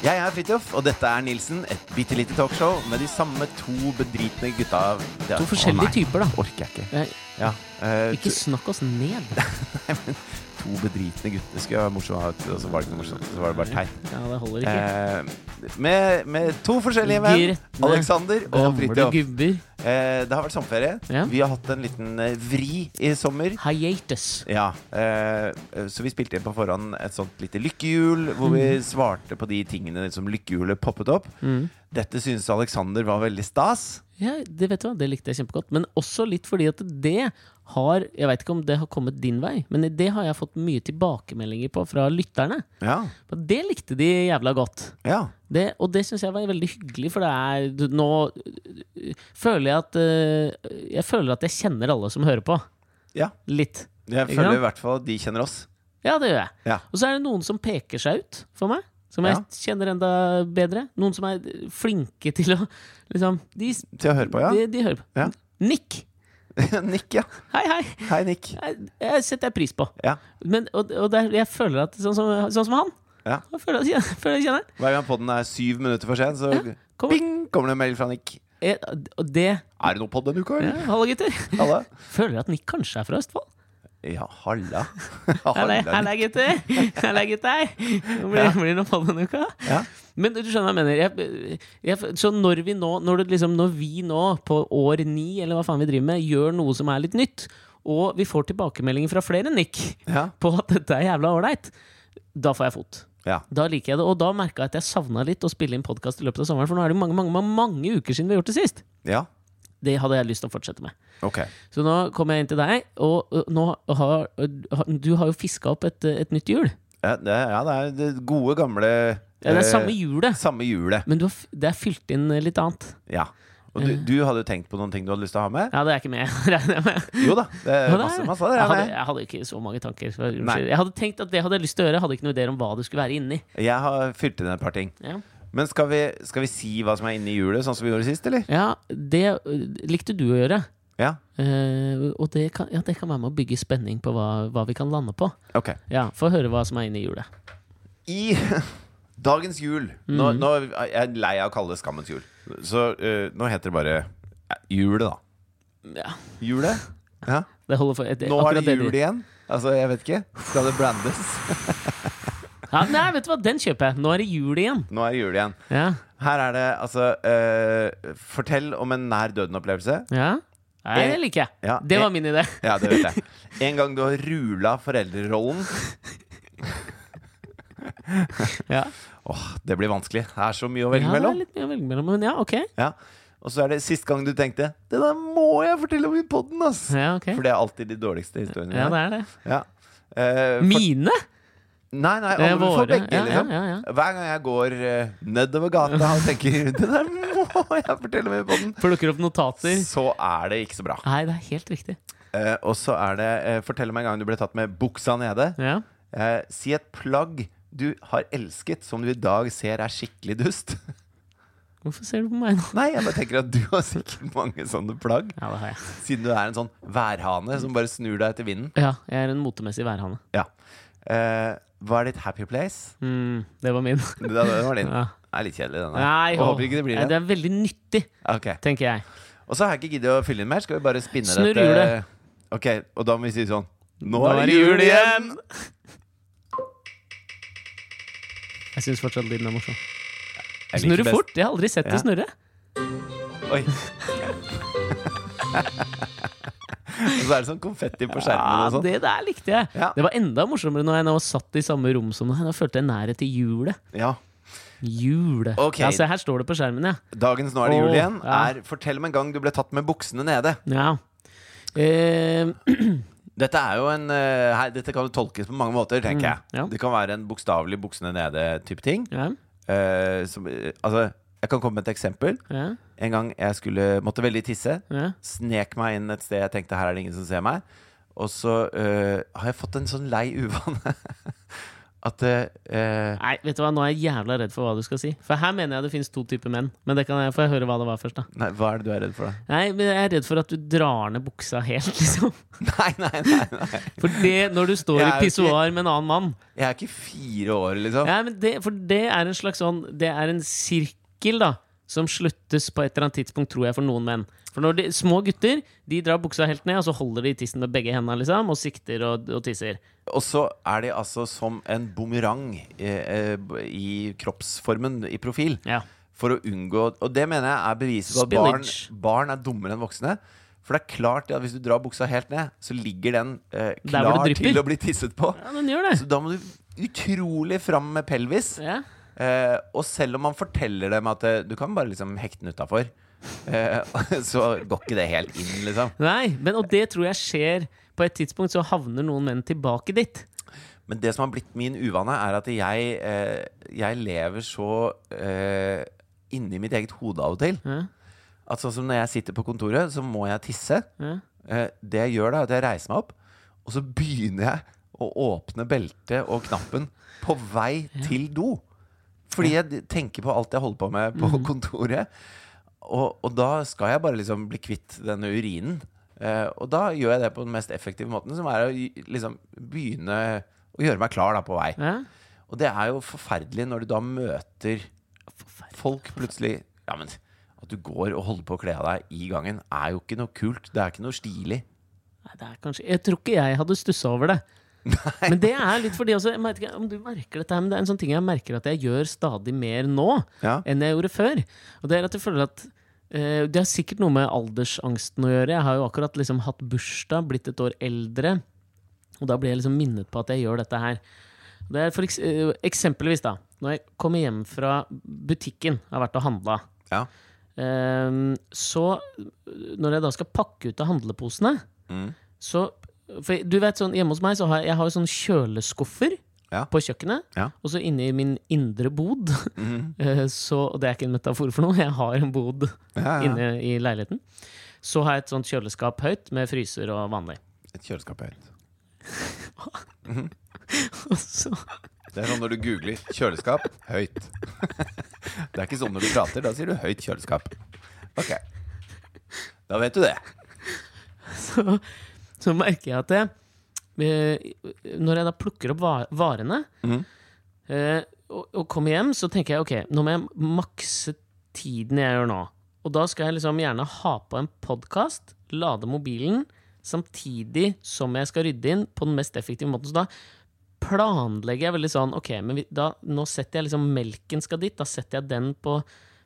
Jeg er Fridtjof, og dette er Nilsen. Et bitte lite talkshow med de samme to bedritne gutta. Det er-
To forskjellige
Å, nei.
typer, da.
Orker jeg ikke.
Eh,
Ja. eh,
Ikke snakk oss ned.
to, to bedritne gutter skulle være morsomme, og så var det ikke morsomt. Så var det bare teit.
Ja, det holder ikke.
Eh, med, med to forskjellige menn.
Gretne,
Alexander og
Gamle
Fridtjof.
gubber.
Eh, det har vært sommerferie.
Ja.
Vi har hatt en liten eh, vri i sommer.
Hiatus.
Ja, eh, Så vi spilte inn på forhånd et sånt lite lykkehjul, hvor vi
Mm.
svarte på de tingene som lykkehjulet poppet opp. Dette syntes Alexander var veldig stas.
Ja, det vet du hva, det likte jeg kjempegodt. Men også litt fordi at det har Jeg veit ikke om det har kommet din vei, men det har jeg fått mye tilbakemeldinger på fra lytterne.
Ja,
Og det likte de jævla godt.
ja
Det, og det syns jeg var veldig hyggelig, for det er du- Nå øh, føler jeg at øh, Jeg føler at jeg kjenner alle som hører på.
Ja.
Litt.
Jeg
Ikke
føler
sant?
i hvert fall at de kjenner oss.
Ja, det gjør jeg.
Ja.
Og så er det noen som peker seg ut for meg. Som jeg
Ja.
kjenner enda bedre. Noen som er flinke til å liksom, De,
Til å høre på, ja.
de, de hører på.
Ja.
Nick!
Nick, ja.
Hei, hei!
Hei, Nick.
Jeg, jeg setter jeg pris på.
Ja.
Men, og og der, jeg føler at sånn som, sånn som han
Ja.
jeg føler, at- jeg, føler jeg kjenner
Hver gang podden er syv minutter for sen, så
kom.
bing, kommer det en melding fra Nick.
jeg, Eh, Og det
Er det noe podd denne uka,
ja,
eller?
Hallo, gutter.
Halla.
Føler at Nick kanskje er fra Østfold.
Ja, halla.
Halla,
Halla,
halla, gutter! Halla, gutter! Nå blir,
Ja.
blir det noe på denne uka.
Ja.
Men du skjønner hva jeg mener. Jeg, jeg, så når vi nå, når, det liksom, når vi nå, på år ni, eller hva faen vi driver med, gjør noe som er litt nytt, og vi får tilbakemeldinger fra flere enn Nick
Ja.
på at dette er jævla ålreit, da får jeg fot.
Ja.
Da liker jeg det. Og da merka jeg at jeg savna litt å spille inn podkast i løpet av sommeren, for nå er det jo mange, mange, mange, mange uker siden vi har gjort det sist.
ja.
Det hadde jeg lyst til å fortsette med.
Ok.
Så nå kommer jeg inn til deg, og ø, nå har ø, har- Du har jo fiska opp et, ø, et nytt hjul.
Ja, det, ja, det er det gode, gamle
Ja, det er
eh,
samme hjulet,
samme hjulet.
men du har, f- det er fylt inn ø, litt annet.
Ja. Og du, du hadde jo tenkt på noen ting du hadde lyst til å ha med?
Ja, det er ikke med, regner jeg med.
Jo da. Det
Ja,
er
det er-
masse, masse der
jeg,
er
hadde,
med.
jeg hadde ikke så mange tanker. så Unnskyld.
Nei.
Jeg hadde tenkt at det hadde jeg lyst til å gjøre. Jeg Hadde ikke noen ideer om hva det skulle være inni.
Jeg har fylt inn et par ting.
Ja.
Men skal vi, skal vi si hva som er inni hjulet, sånn som vi gjorde sist, eller?
Ja, det ø, likte du å gjøre.
Ja.
Eh, og det kan, ja, det kan være med å bygge spenning på hva, hva vi kan lande på.
Ok.
Ja, Få høre hva som er inni hjulet.
I dagens jul nå,
Mhm.
nå er jeg lei av å kalle det skammens jul. Så eh, nå heter det bare eh, julet, da.
Ja,
Julet? Ja.
det holder for, det,
Nå er
akkurat
det
du-
jul igjen. Altså, jeg vet ikke. Skal det brandes?
Ja, nei, vet du hva, den kjøper jeg. Nå er det jul igjen.
Nå er det jul igjen.
Ja,
Her er det altså eh, Fortell om en nær døden-opplevelse.
ja. Nei, det liker jeg.
Ja,
det var
jeg-
min idé.
Ja, det vet jeg. En gang du har rula foreldrerollen.
Ja.
Åh, det blir vanskelig. Det er så mye å
Ja,
velge
det er
mellom.
litt mye å velge mellom, men ja, ok.
Ja. Og så er det sist gang du tenkte Det der må jeg fortelle om i podden, ass!
Ja, ok
For det er alltid de dårligste historiene.
Ja, det er det.
Ja. Eh, for,
Mine?
nei, nei,
Det er
alle får
våre.
begge,
Ja,
liksom.
ja, ja,
Hver gang jeg går eh, nedover gata og tenker Det der må jeg fortelle om i podden,
Plukker opp notater.
så er det ikke så bra.
Nei, det er helt riktig.
Eh, og så er det eh, Fortell meg en gang du ble tatt med buksa nede.
Ja.
Eh, si et plagg du har elsket, som du i dag ser er skikkelig dust.
Hvorfor ser du på meg nå?
Nei, jeg bare tenker at du har sikkert mange sånne plagg.
Ja, det har jeg.
Siden du er en sånn værhane som bare snur deg etter vinden.
Ja, jeg er en motemessig værhane.
Ja. Eh, hva er ditt happy place?
Mm, det var min.
Det, det var din.
Ja.
Det er litt kjedelig, den der.
Nei,
Jeg Håper ikke det blir
Nei,
det.
det er veldig nyttig,
Ok.
tenker jeg.
Og så har jeg ikke giddet å fylle inn mer. Skal vi bare spinne
Snurr
dette?
hjulet.
Ok, og da må vi si sånn Nå, er det jul igjen!
Jeg syns fortsatt lyden er morsom.
Jeg liker
Snurre
best-
fort? Jeg har aldri sett
Ja.
det snurre.
Oi. og så er det sånn konfetti på skjermen
Ja,
og sånn.
det der likte jeg.
Ja.
Det var enda morsommere når jeg nå satt i samme rom som deg. Da følte jeg nærhet til hjulet.
Ja.
Hjulet.
Ok.
Ja, se her står det på skjermen, ja.
Dagens Nå er det jul
Åh,
igjen
ja.
er Fortell om en gang du ble tatt med buksene nede.
ja. Eh,
Dette er jo en eh, her, Dette kan jo tolkes på mange måter, tenker
Mm,
jeg.
ja.
Det kan være en bokstavelig buksene nede-type ting.
ja,
Eh, som, eh, altså, jeg kan komme med et eksempel.
ja,
En gang jeg skulle, måtte veldig tisse.
ja.
Snek meg inn et sted jeg tenkte her er det ingen som ser meg. Og så eh, har jeg fått en sånn lei uvane at eh, eh,
Nei, vet du hva, nå er jeg jævla redd for hva du skal si. For her mener jeg det fins to typer menn. Men det kan jeg få høre hva det var først, da.
Nei, hva er det du er redd for, da?
Nei, men jeg er redd for at du drar ned buksa helt, liksom.
Nei, nei, nei, nei.
For det, når du står i
Jeg er jo ikke-
pissoar med en annen mann
Jeg er ikke fire år, liksom.
Ja, men det, for det er en slags sånn Det er en sirkel, da. Som sluttes på et eller annet tidspunkt, tror jeg, for noen menn. For når de, små gutter de drar buksa helt ned, og så holder de i tissen med begge hendene liksom, og sikter og, og tisser.
Og så er de altså som en bumerang eh, eh, i kroppsformen, i profil.
Ja.
For å unngå Og det mener jeg er beviset på at barn,
Spillage.
barn er dummere enn voksne. For det er klart at hvis du drar buksa helt ned, så ligger den eh,
Der hvor
klar
det drypper.
til å bli tisset på.
ja, den gjør det.
Så da må du utrolig fram med pelvis.
Ja.
Eh, og selv om man forteller dem at eh, du kan bare liksom hekte den utafor, eh, så går ikke det helt inn, liksom.
Nei, men, og det tror jeg skjer. På et tidspunkt så havner noen menn tilbake dit.
Men det som har blitt min uvane, er at jeg, eh, jeg lever så eh, inni mitt eget hode av og til.
Ja.
At sånn som når jeg sitter på kontoret, så må jeg tisse.
Ja.
Eh, det jeg gjør da, er at jeg reiser meg opp, og så begynner jeg å åpne beltet og knappen på vei til do. Fordi jeg tenker på alt jeg holder på med på
Mm.
kontoret. Og, og da skal jeg bare liksom bli kvitt denne urinen. Eh, og da gjør jeg det på den mest effektive måten, som er å gi- liksom begynne å gjøre meg klar da på vei.
Ja.
Og det er jo forferdelig når du da møter folk plutselig Ja, men at du går og holder på å kle av deg i gangen, er jo ikke noe kult. Det er ikke noe stilig.
Nei, det er kanskje, jeg tror ikke jeg hadde stussa over det. Men det er litt fordi også, jeg vet ikke om du merker dette her, men det er en sånn ting jeg merker at jeg gjør stadig mer nå
Ja.
enn jeg gjorde før. Og det er at jeg føler at eh, Det har sikkert noe med aldersangsten å gjøre. Jeg har jo akkurat liksom hatt bursdag, blitt et år eldre, og da blir jeg liksom minnet på at jeg gjør dette her. Det er for eks eh, eksempelvis, da. Når jeg kommer hjem fra butikken, har vært og handla,
Ja.
Ehm, så når jeg da skal pakke ut av handleposene
Mm.
Så For du vet sånn hjemme hos meg så har jeg, jeg har jo sånn kjøleskuffer
Ja.
på kjøkkenet.
Ja.
Og så inne i min indre bod
mm.
eh, så, Og det er ikke en metafor for noe, jeg har en bod
Ja, ja.
inne i leiligheten. Så har jeg et sånt kjøleskap høyt med fryser og vanlig.
Et kjøleskap er høyt.
Og så
Det er sånn når du googler 'kjøleskap høyt'. Det er ikke sånn når du prater. Da sier du 'høyt kjøleskap'. Ok. Da vet du det.
så, så merker jeg at jeg, eh, når jeg da plukker opp va- varene
Mhm.
eh, og, og kommer hjem, så tenker jeg ok, nå må jeg makse tiden jeg gjør nå. Og da skal jeg liksom gjerne ha på en podkast, lade mobilen, samtidig som jeg skal rydde inn på den mest effektive måten. Så da planlegger jeg veldig sånn Ok, men vi, da, nå setter jeg liksom melken skal dit. Da setter jeg den på,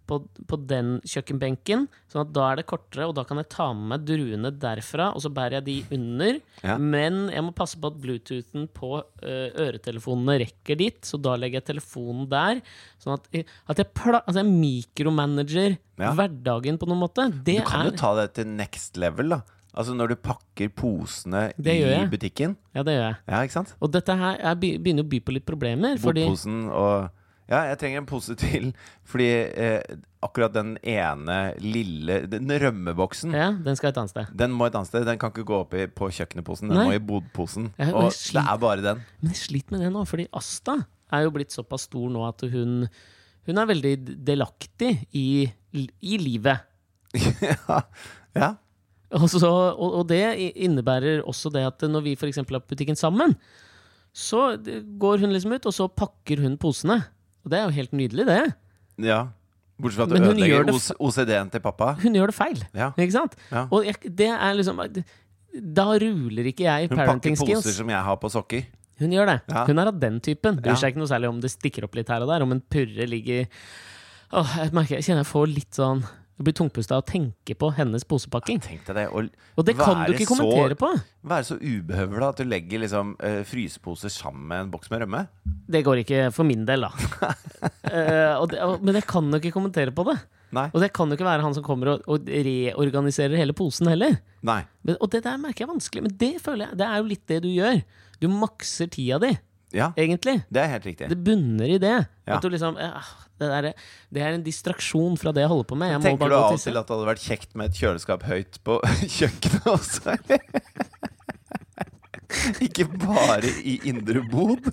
på, på den kjøkkenbenken. Sånn at da er det kortere, og da kan jeg ta med meg druene derfra, og så bærer jeg de under.
Ja.
Men jeg må passe på at bluetoothen på eh, øretelefonene rekker dit, så da legger jeg telefonen der. Sånn at, at jeg, pla altså jeg mikromanager
Ja.
hverdagen på noen måte. Det
Du kan jo
er
ta det til next level. da Altså når du pakker posene
Det gjør
i
jeg.
butikken.
Ja, det gjør jeg.
Ja, ikke sant?
Og dette her er, be- begynner å by på litt problemer. Fordi,
Botposen og Ja, jeg trenger en pose til. Fordi eh, akkurat den ene lille Den rømmeboksen,
ja, den skal et annet sted.
den må et annet sted. Den kan ikke gå opp i, på kjøkkenposen. Den
Nei.
må i bodposen.
Jeg-
Og
jeg
det er bare den.
Men jeg sliter med det nå, fordi Asta er jo blitt såpass stor nå at hun, hun er veldig delaktig i, i livet.
ja. ja.
Og, så, og, og det i- innebærer også det at når vi f.eks. er på butikken sammen, så d- går hun liksom ut, og så pakker hun posene. Og det er jo helt nydelig, det.
Ja. Bortsett fra at
Men
du
hun
ødelegger
gjør det
OC- OCD-en til pappa.
Hun gjør det feil.
Ja.
Ikke sant?
Ja.
Og jeg, det er liksom Da ruler ikke jeg
Hun pakker
parenting
poser
skills.
som jeg har på sokker.
Hun gjør det.
Ja.
Hun er av den typen. Bryr
Ja.
seg ikke noe særlig om det stikker opp litt her og der, om en purre ligger Åh, jeg merker, jeg kjenner jeg får litt sånn Jeg blir tungpusta av å tenke på hennes posepakking.
Tenk deg det. Og
Og det kan du
være
ikke
så-
kommentere på!
være så ubehøvla at du legger liksom, eh, fryseposer sammen med en boks med rømme.
Det går ikke for min del, da. Eh, og det, og, men jeg kan jo ikke kommentere på det.
Nei.
Og det kan jo ikke være han som kommer og, og reorganiserer hele posen heller.
Nei.
Men, og det der merker jeg er vanskelig, men det føler jeg Det er jo litt det du gjør. Du makser tida di,
Ja,
egentlig.
det er helt riktig.
Det bunner i det.
Ja.
At du liksom ja, det, der, det er en distraksjon fra det jeg holder på med. Jeg må
Tenker
bare
du
gå
av
og
og til
tisse.
at det hadde vært kjekt med et kjøleskap høyt på kjøkkenet også? ikke bare i indre bod.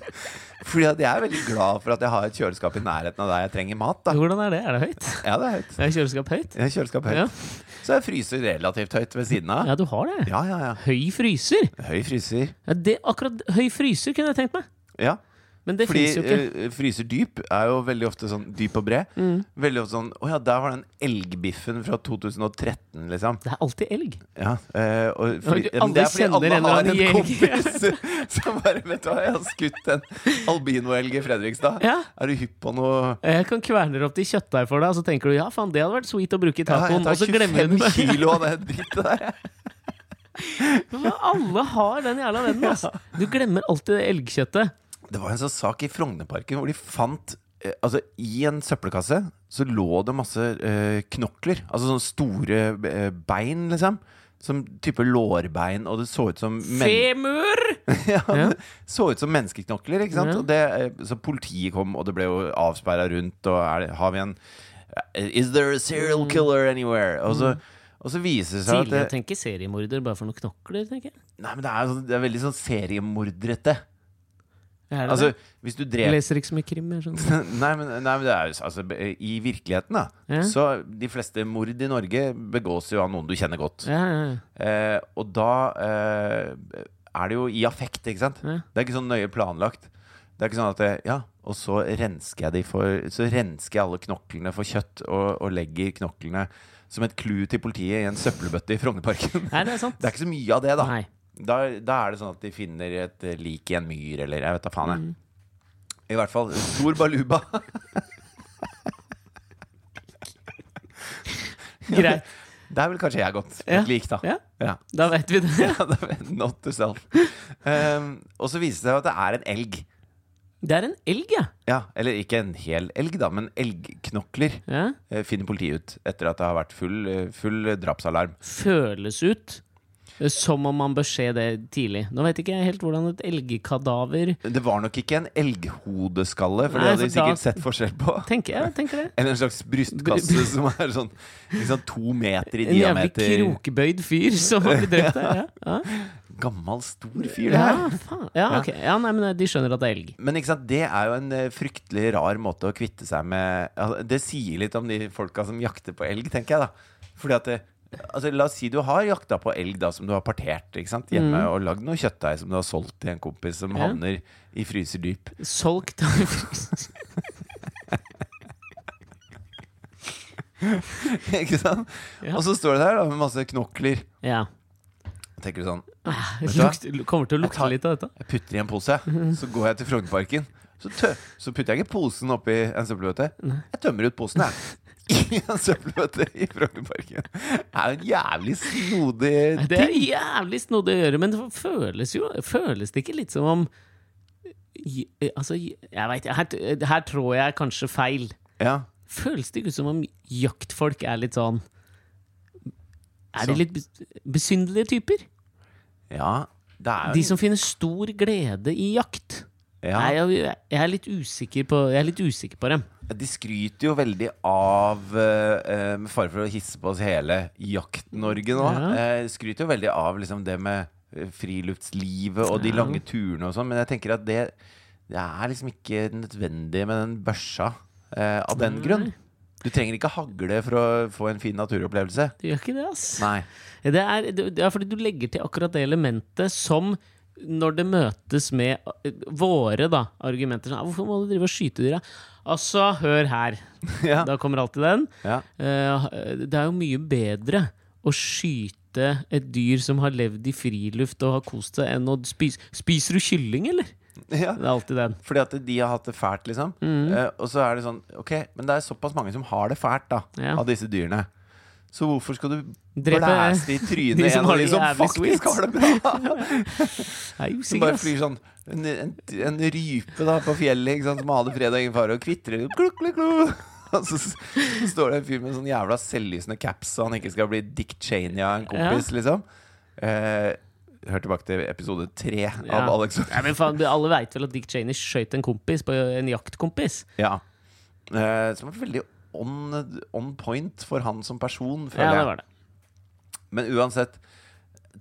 Fordi at jeg er veldig glad for at jeg har et kjøleskap i nærheten av der jeg trenger mat. Da.
Hvordan er det? Er det høyt?
Ja, det er høyt.
Er kjøleskap høyt?
Jeg har kjøleskap høyt.
Ja.
Så jeg fryser relativt høyt ved siden av.
ja, du har det.
Ja, ja, ja.
Høy fryser?
Høy fryser.
Ja, det, akkurat høy fryser kunne jeg tenkt meg.
Ja.
Men det
Fordi
fins jo ikke. Mm.
eh, fryser dyp er jo veldig ofte sånn dyp og bred. Veldig ofte sånn Å ja, der var den elgbiffen fra 2013, liksom.
Det er alltid elg.
Ja, eh, og fordi,
ikke
ja, men det er fordi
alle kjenner
alle
en eller
har
annen
en
jeger.
kompis som bare Vet du hva, jeg har skutt en albinoelg i Fredrikstad.
Ja.
Er du hypp på noe
Jeg kan kverne opp til kjøttdeig for deg, og så tenker du ja, faen, det hadde vært sweet å bruke i
Ja,
tacoen. og så
Jeg tar
glemmer du
25
den.
kilo av det drittet der.
Men Alle har den jævla vennen, altså. Du glemmer alltid det elgkjøttet.
Det var en sånn sak i Frognerparken hvor de fant eh, Altså, i en søppelkasse så lå det masse eh, knokler. Altså sånne store eh, bein, liksom. Som type lårbein, og det så ut som men
Femur!
ja,
Ja.
det så ut som menneskeknokler. Ikke sant?
Ja.
Og det, eh, så politiet kom, og det ble jo avsperra rundt, og er det, har vi en eh, Is there a serial killer anywhere? Og så, og så viser det seg at
Mm. Tidlig å
det,
tenke seriemorder bare for noen knokler, tenker jeg.
Nei, men det er, sånn, det er veldig sånn seriemordrete.
Er det
Altså,
det?
hvis du
Jeg
dreper
leser ikke så mye krim. Jeg skjønner.
nei, men, nei, men det er jo altså, be- I virkeligheten, da.
Ja.
Så de fleste mord i Norge begås jo av noen du kjenner godt.
Ja, ja, ja.
Eh, og da eh, er det jo i affekt, ikke sant?
Ja.
Det er ikke sånn nøye planlagt. Det er ikke sånn at eh, Ja, og så rensker jeg de for Så rensker jeg alle knoklene for kjøtt, og, og legger knoklene som et clou til politiet i en søppelbøtte i Frognerparken.
Nei, det er sant.
Det er ikke så mye av det, da.
Nei.
Da, da er det sånn at de finner et eh, lik i en myr, eller jeg vet da faen, jeg.
Mm.
I hvert fall stor baluba.
Greit.
Det er vel kanskje jeg godt
Ja.
et lik, da.
Ja,
Ja.
da vet vi det.
Ja, det er Not to self. Um, og så viser det seg at det er en elg.
Det er en elg, ja.
Ja, Eller ikke en hel elg, da, men elgknokler
ja.
eh, finner politiet ut etter at det har vært full, eh, full drapsalarm.
føles ut eh, som om man bør se det tidlig. Nå vet ikke jeg helt hvordan et elgkadaver
Det var nok ikke en elghodeskalle, for det
Nei,
hadde de
for da-
sikkert sett forskjell på.
Tenker jeg, tenker det.
Eller en slags brystkasse som er sånn liksom to meter i
En jævlig
diameter.
krokbøyd fyr som har blitt drept der. Ja,
Gammel, stor
ja.
fyr, det
ja,
her.
faen. ja, ok. ja nei, men eh, de skjønner at det er elg.
Men ikke sant, det er jo en eh, fryktelig rar måte å kvitte seg med altså, Det sier litt om de folka som jakter på elg, tenker jeg da. Fordi at det, altså, La oss si du har jakta på elg da som du har partert ikke sant, hjemme, og lagd noe kjøttdeig som du har solgt til en kompis som
Mm. Ja.
havner i fryserdyp.
Solgt
ikke sant?
Ja.
Og så står det der da med masse knokler.
Ja.
Og tenker du sånn du hva?
Lukt, kommer til å lukte litt av dette.
Jeg putter i en pose, så går jeg til Frognerparken. Så, tø så putter jeg ikke posen oppi en søppelbøtte. Jeg tømmer ut posen, jeg. I en søppelbøtte i Frognerparken. Det er jo en jævlig snodig
Det er jævlig snodig å gjøre, men det føles jo Føles det ikke litt som om i- eh, Altså, i- jeg veit her, her trår jeg kanskje feil.
Ja,
Føles det ikke som om jaktfolk er litt sånn Er de
Sånn.
litt bes- besynderlige typer?
ja det er jo
De som finner stor glede i jakt. Nei,
ja.
jeg, jeg, er litt usikker på, jeg er litt usikker på dem.
De skryter jo veldig av, eh, eh, med fare for å hisse på oss hele Jakt-Norge nå,
Ja.
eh, skryter jo veldig av liksom, det med eh, friluftslivet og de
Ja.
lange turene og sånn, men jeg tenker at det, det er liksom ikke nødvendig med den børsa eh, av den grunn. Du trenger ikke hagle for å få en fin naturopplevelse.
De gjør ikke det, ass.
Nei.
Det er, det er fordi du legger til akkurat det elementet som når det møtes med eh, våre da, argumenter sånn, «Ah, Hvorfor må du drive og skyte dyra? Altså, hør her.
Ja.
Da kommer alltid den.
Ja.
Eh, Det er jo mye bedre å skyte et dyr som har levd i friluft og har kost seg, enn å spise Spiser du kylling, eller?
ja.
Det er alltid den.
Fordi at de har hatt det fælt, liksom.
Mm.
Eh, og så er det sånn Ok, men det er såpass mange som har det fælt, da,
Ja.
av disse dyrene. Så hvorfor skal du
Drepe
blæste i
de
trynet
som
en
har
av de
det
som
jævlig
faktisk
sweet?
har det bra?
Jeg er
Som
usikker,
bare
ass.
flyr sånn en, en, en rype da på fjellet ikke sant, som har det fredag ingen fare, og kvitrer kluk, kluk, kluk. Og så s- så står det en fyr med en sånn jævla selvlysende caps, så han ikke skal bli Dick Cheney av en kompis, liksom. Eh, hør tilbake til episode tre
Ja.
av Alex
Nei, men faen, alle veit vel at Dick Cheney skøyt en kompis på en jaktkompis.
Ja. Eh, som er veldig on, on point for han som person,
Ja,
føler
det
jeg.
var det.
Men uansett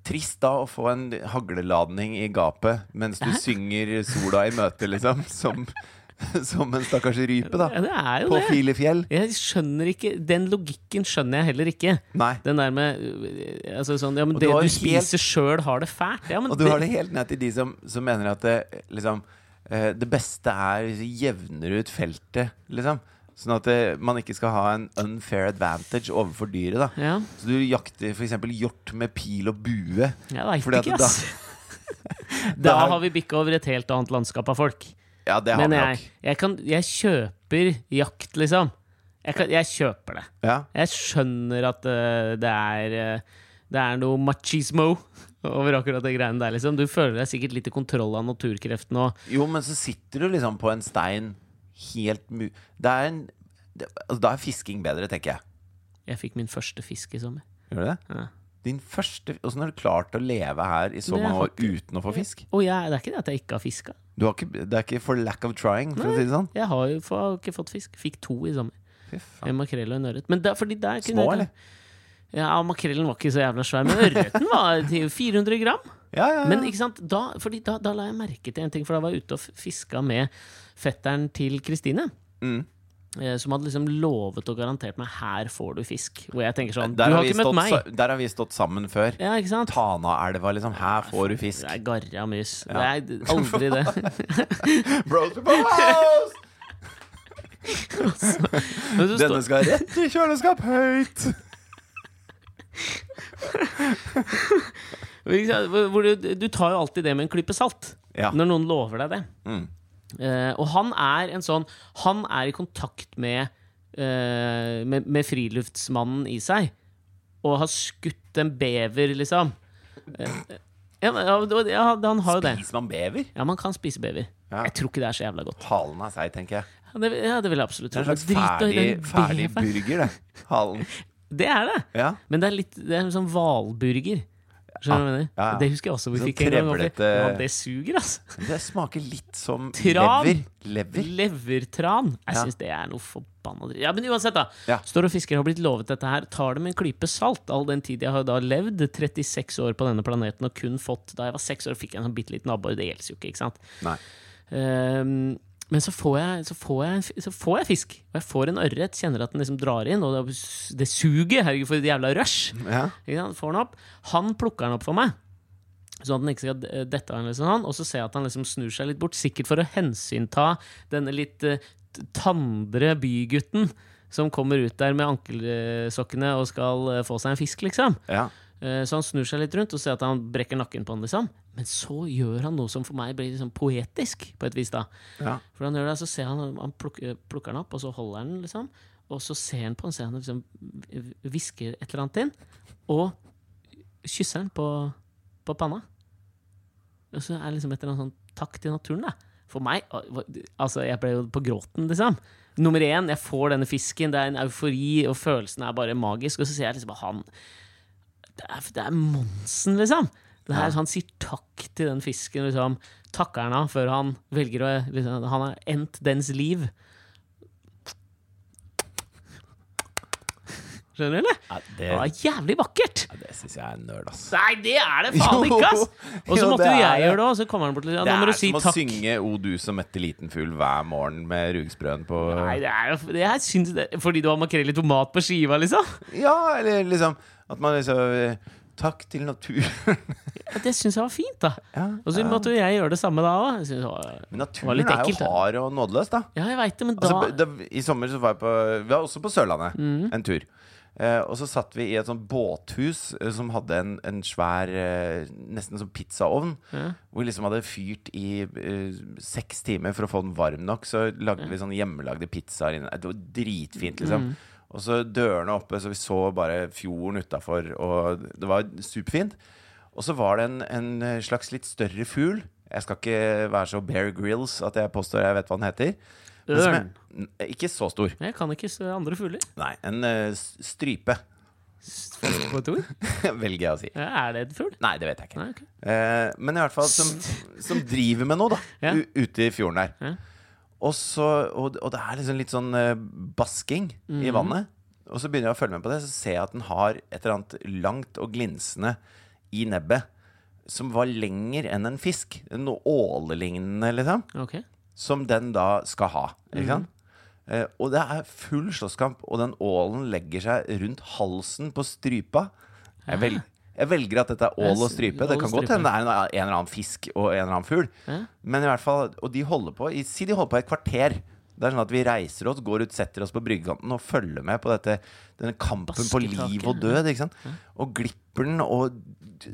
Trist da å få en hagleladning i gapet mens du synger sola i møte, liksom. Som, som en stakkars rype, da.
Ja, det er jo
På
det.
Filefjell.
Jeg skjønner ikke Den logikken skjønner jeg heller ikke.
Nei.
Den der med øh, altså sånn, ja, men
Og du
Det
har
du
jo helt-
spiser sjøl, har det fælt. Ja, men
Og du har det helt ned til de som, som mener at det, liksom eh, Det beste er hvis vi jevner ut feltet, liksom. Sånn at eh, man ikke skal ha en unfair advantage overfor dyret. da
Ja,
Så du jakter f.eks. hjort med pil og bue.
jeg veit
Fordi at
ikke,
da-
ass. Da,
da-
har vi bikka over et helt annet landskap av folk.
Ja, det har
Men
vi
jeg,
nok.
jeg, kan, jeg kjøper jakt, liksom. Jeg, kan, jeg kjøper det.
Ja.
Jeg skjønner at eh, det er eh, Det er noe machismo over akkurat det greiene der, liksom. Du føler deg sikkert litt i kontroll av naturkreftene og
Jo, men så sitter du liksom på en stein helt mu... Det er en det, altså, Da er fisking bedre, tenker jeg.
Jeg fikk min første fisk i sommer.
Gjør du det?
Ja.
Din første Åssen har du klart å leve her i så
Det har
mange år
ikke-
uten å få fisk?
Og jeg, det er ikke det at jeg ikke har fiska.
Du har ikke, det er ikke for lack of trying, for å si det sånn?
Jeg har jo fa- har ikke fått fisk. Fikk to i sommer.
Fy faen.
En makrell og en ørret. Men der, fordi der kunne
Små,
jeg-
eller?
Ja, makrellen var ikke så jævla svær, men ørreten var til 400 gram.
Ja, ja, ja.
Men ikke sant, da, fordi da, da la jeg merke til en ting, for da var jeg ute og f- fiska med fetteren til Kristine.
Mm.
eh, Som hadde liksom lovet og garantert meg 'her får du fisk'. Hvor jeg tenker sånn
der,
Du
har
har
vi
ikke møtt
stått,
meg!
sa- der har vi stått sammen før.
Ja, ikke sant?
Tanaelva, liksom. Her får du
Det
fisk.
er garra mus. Det er aldri det.
Bros before house!
Men så
Denne
står-
skal rett i kjøleskap høyt.
ikke sant, hvor du, du tar jo alltid det med en klype salt.
Ja.
Når noen lover deg det.
Mm.
Eh, og han er en sånn Han er i kontakt med, eh, med, med friluftsmannen i seg. Og har skutt en bever, liksom. Eh, ja, men, ja, det- ja, han har jo det.
Spiser man bever?
Ja, man kan spise bever.
Ja.
Jeg tror ikke det er så jævla godt.
Halen er seig, tenker jeg.
Ja, det, ja, det vil jeg absolutt
Det
tro.
er en slags
Men drit nå i
ferdig,
den
ferdig
beveren.
burger, det. Halen.
Det er det!
Ja.
Men det er, litt, det er en sånn hvalburger. Skjønner du hva jeg mener?
ja, ja.
Det husker jeg også vi
Sånn
fikk en gang.
trevlete-
oppi. Ja, det suger, altså.
Det smaker litt som
Tran.
lever. Lever.
Levertran. Jeg
Ja.
syns det er noe forbanna dritt. Ja, men uansett, da.
Ja.
Står og fisker, har blitt lovet dette her. Tar det med en klype salt. All den tid jeg har da levd, 36 år på denne planeten, og kun fått Da jeg var seks år, fikk jeg en sånn bitte liten abbor. Det gjelder jo ikke, ikke sant?
Nei.
Ehm, men så får, jeg, så, får jeg, en fi- så får jeg fisk. Og jeg får en ørret, kjenner at den liksom drar inn, og det, det suger. Herregud, for et jævla rush!
Ja.
Ikke sant? Får den opp. Han plukker den opp for meg. Sånn at den ikke skal eh, dette av en liksom han, Og så ser jeg at han liksom snur seg litt bort, sikkert for å hensynta denne litt eh, t- tandre bygutten som kommer ut der med ankelsokkene og skal eh, få seg en fisk, liksom.
ja.
Eh, Så han snur seg litt rundt og ser at han brekker nakken på han, liksom. Men så gjør han noe som for meg blir liksom poetisk, på et vis, da.
ja.
For han gjør det, så ser han, han plukker, plukker den opp, og så holder han den, liksom. Og så ser han på den, ser han liksom hvisker et eller annet inn, og kysser den på, på panna. Og så er det liksom et eller annet sånn takk til naturen, da. For meg Altså, jeg ble jo på gråten, liksom. Nummer én, jeg får denne fisken, det er en eufori, og følelsen er bare magisk. Og så ser jeg liksom han Det er, det er Monsen, liksom. Det her, Han sier takk til den fisken, liksom. Takker han av før han velger å liksom, Han har endt dens liv. Skjønner du, eller?
Ja,
Det
det
var jævlig vakkert!
ja, det syns jeg er nerd, ass.
Nei, det er det faen
Jo,
ikke, ass! Og så
jo,
måtte
det
jo
er
jeg
det.
gjøre det, og så kommer han bort til ja,
Det
Nå må
er
du si
som å
takk.
synge 'O du som mette liten fugl' hver morgen med rugsprøen på
Nei, det er jo det er, syns det, Fordi du har makrell i tomat på skiva, liksom?
Ja, eller liksom At man liksom eh, Takk til naturen.
Ja, Det syns jeg var fint, da.
ja,
Og så måtte jo jeg gjøre det samme da òg.
Men
var
naturen
litt
er jo
ekkelt, da.
hard og nådeløs, da.
Ja, jeg veit det, men da
Altså, det, I sommer så var jeg på Vi var også på Sørlandet en tur. Eh, og så satt vi i et sånt båthus eh, som hadde en, en svær eh, Nesten som pizzaovn. Hvor vi liksom hadde fyrt i eh, seks timer for å få den varm nok. Så lagde vi sånne hjemmelagde pizzaer inne. Det var dritfint, liksom. Og så dørene oppe, så vi så bare fjorden utafor. Og det var superfint. Og så var det en, en slags litt større fugl. Jeg skal ikke være så Bear Grills at jeg påstår jeg vet hva den heter. Men som
Ørn.
Jeg, n- ikke så stor.
Jeg kan ikke se andre fugler.
Nei, en eh, s- strype,
På et ord.
velger jeg å si.
Ja, er det en fugl?
Nei, det vet jeg ikke.
Nei, ok.
Eh, men i hvert fall som, som driver med noe, da.
Ja.
u- Ute i fjorden der.
Ja.
Og, så, og, og det er liksom litt sånn eh, basking i vannet. Og så begynner jeg å følge med på det, så ser jeg at den har et eller annet langt og glinsende i nebbet. Som var lenger enn en fisk. Noe ålelignende, liksom.
Ok.
som den da skal ha.
Mm.
Ikke sant? Eh, og det er full slåsskamp, og den ålen legger seg rundt halsen på strypa. Jeg, vel, Jeg velger at dette er ål og
Jeg s-
strype. Det
ål og
kan godt
strype.
hende det er en, en eller annen fisk og en eller annen fugl.
Ja.
Men i hvert fall, og de holder på i- Si de holder på i et kvarter. Det er sånn at Vi reiser oss, går ut, setter oss på bryggekanten og følger med på dette, denne kampen på
Basketaket,
liv og død. Ikke sant? Og glipper den og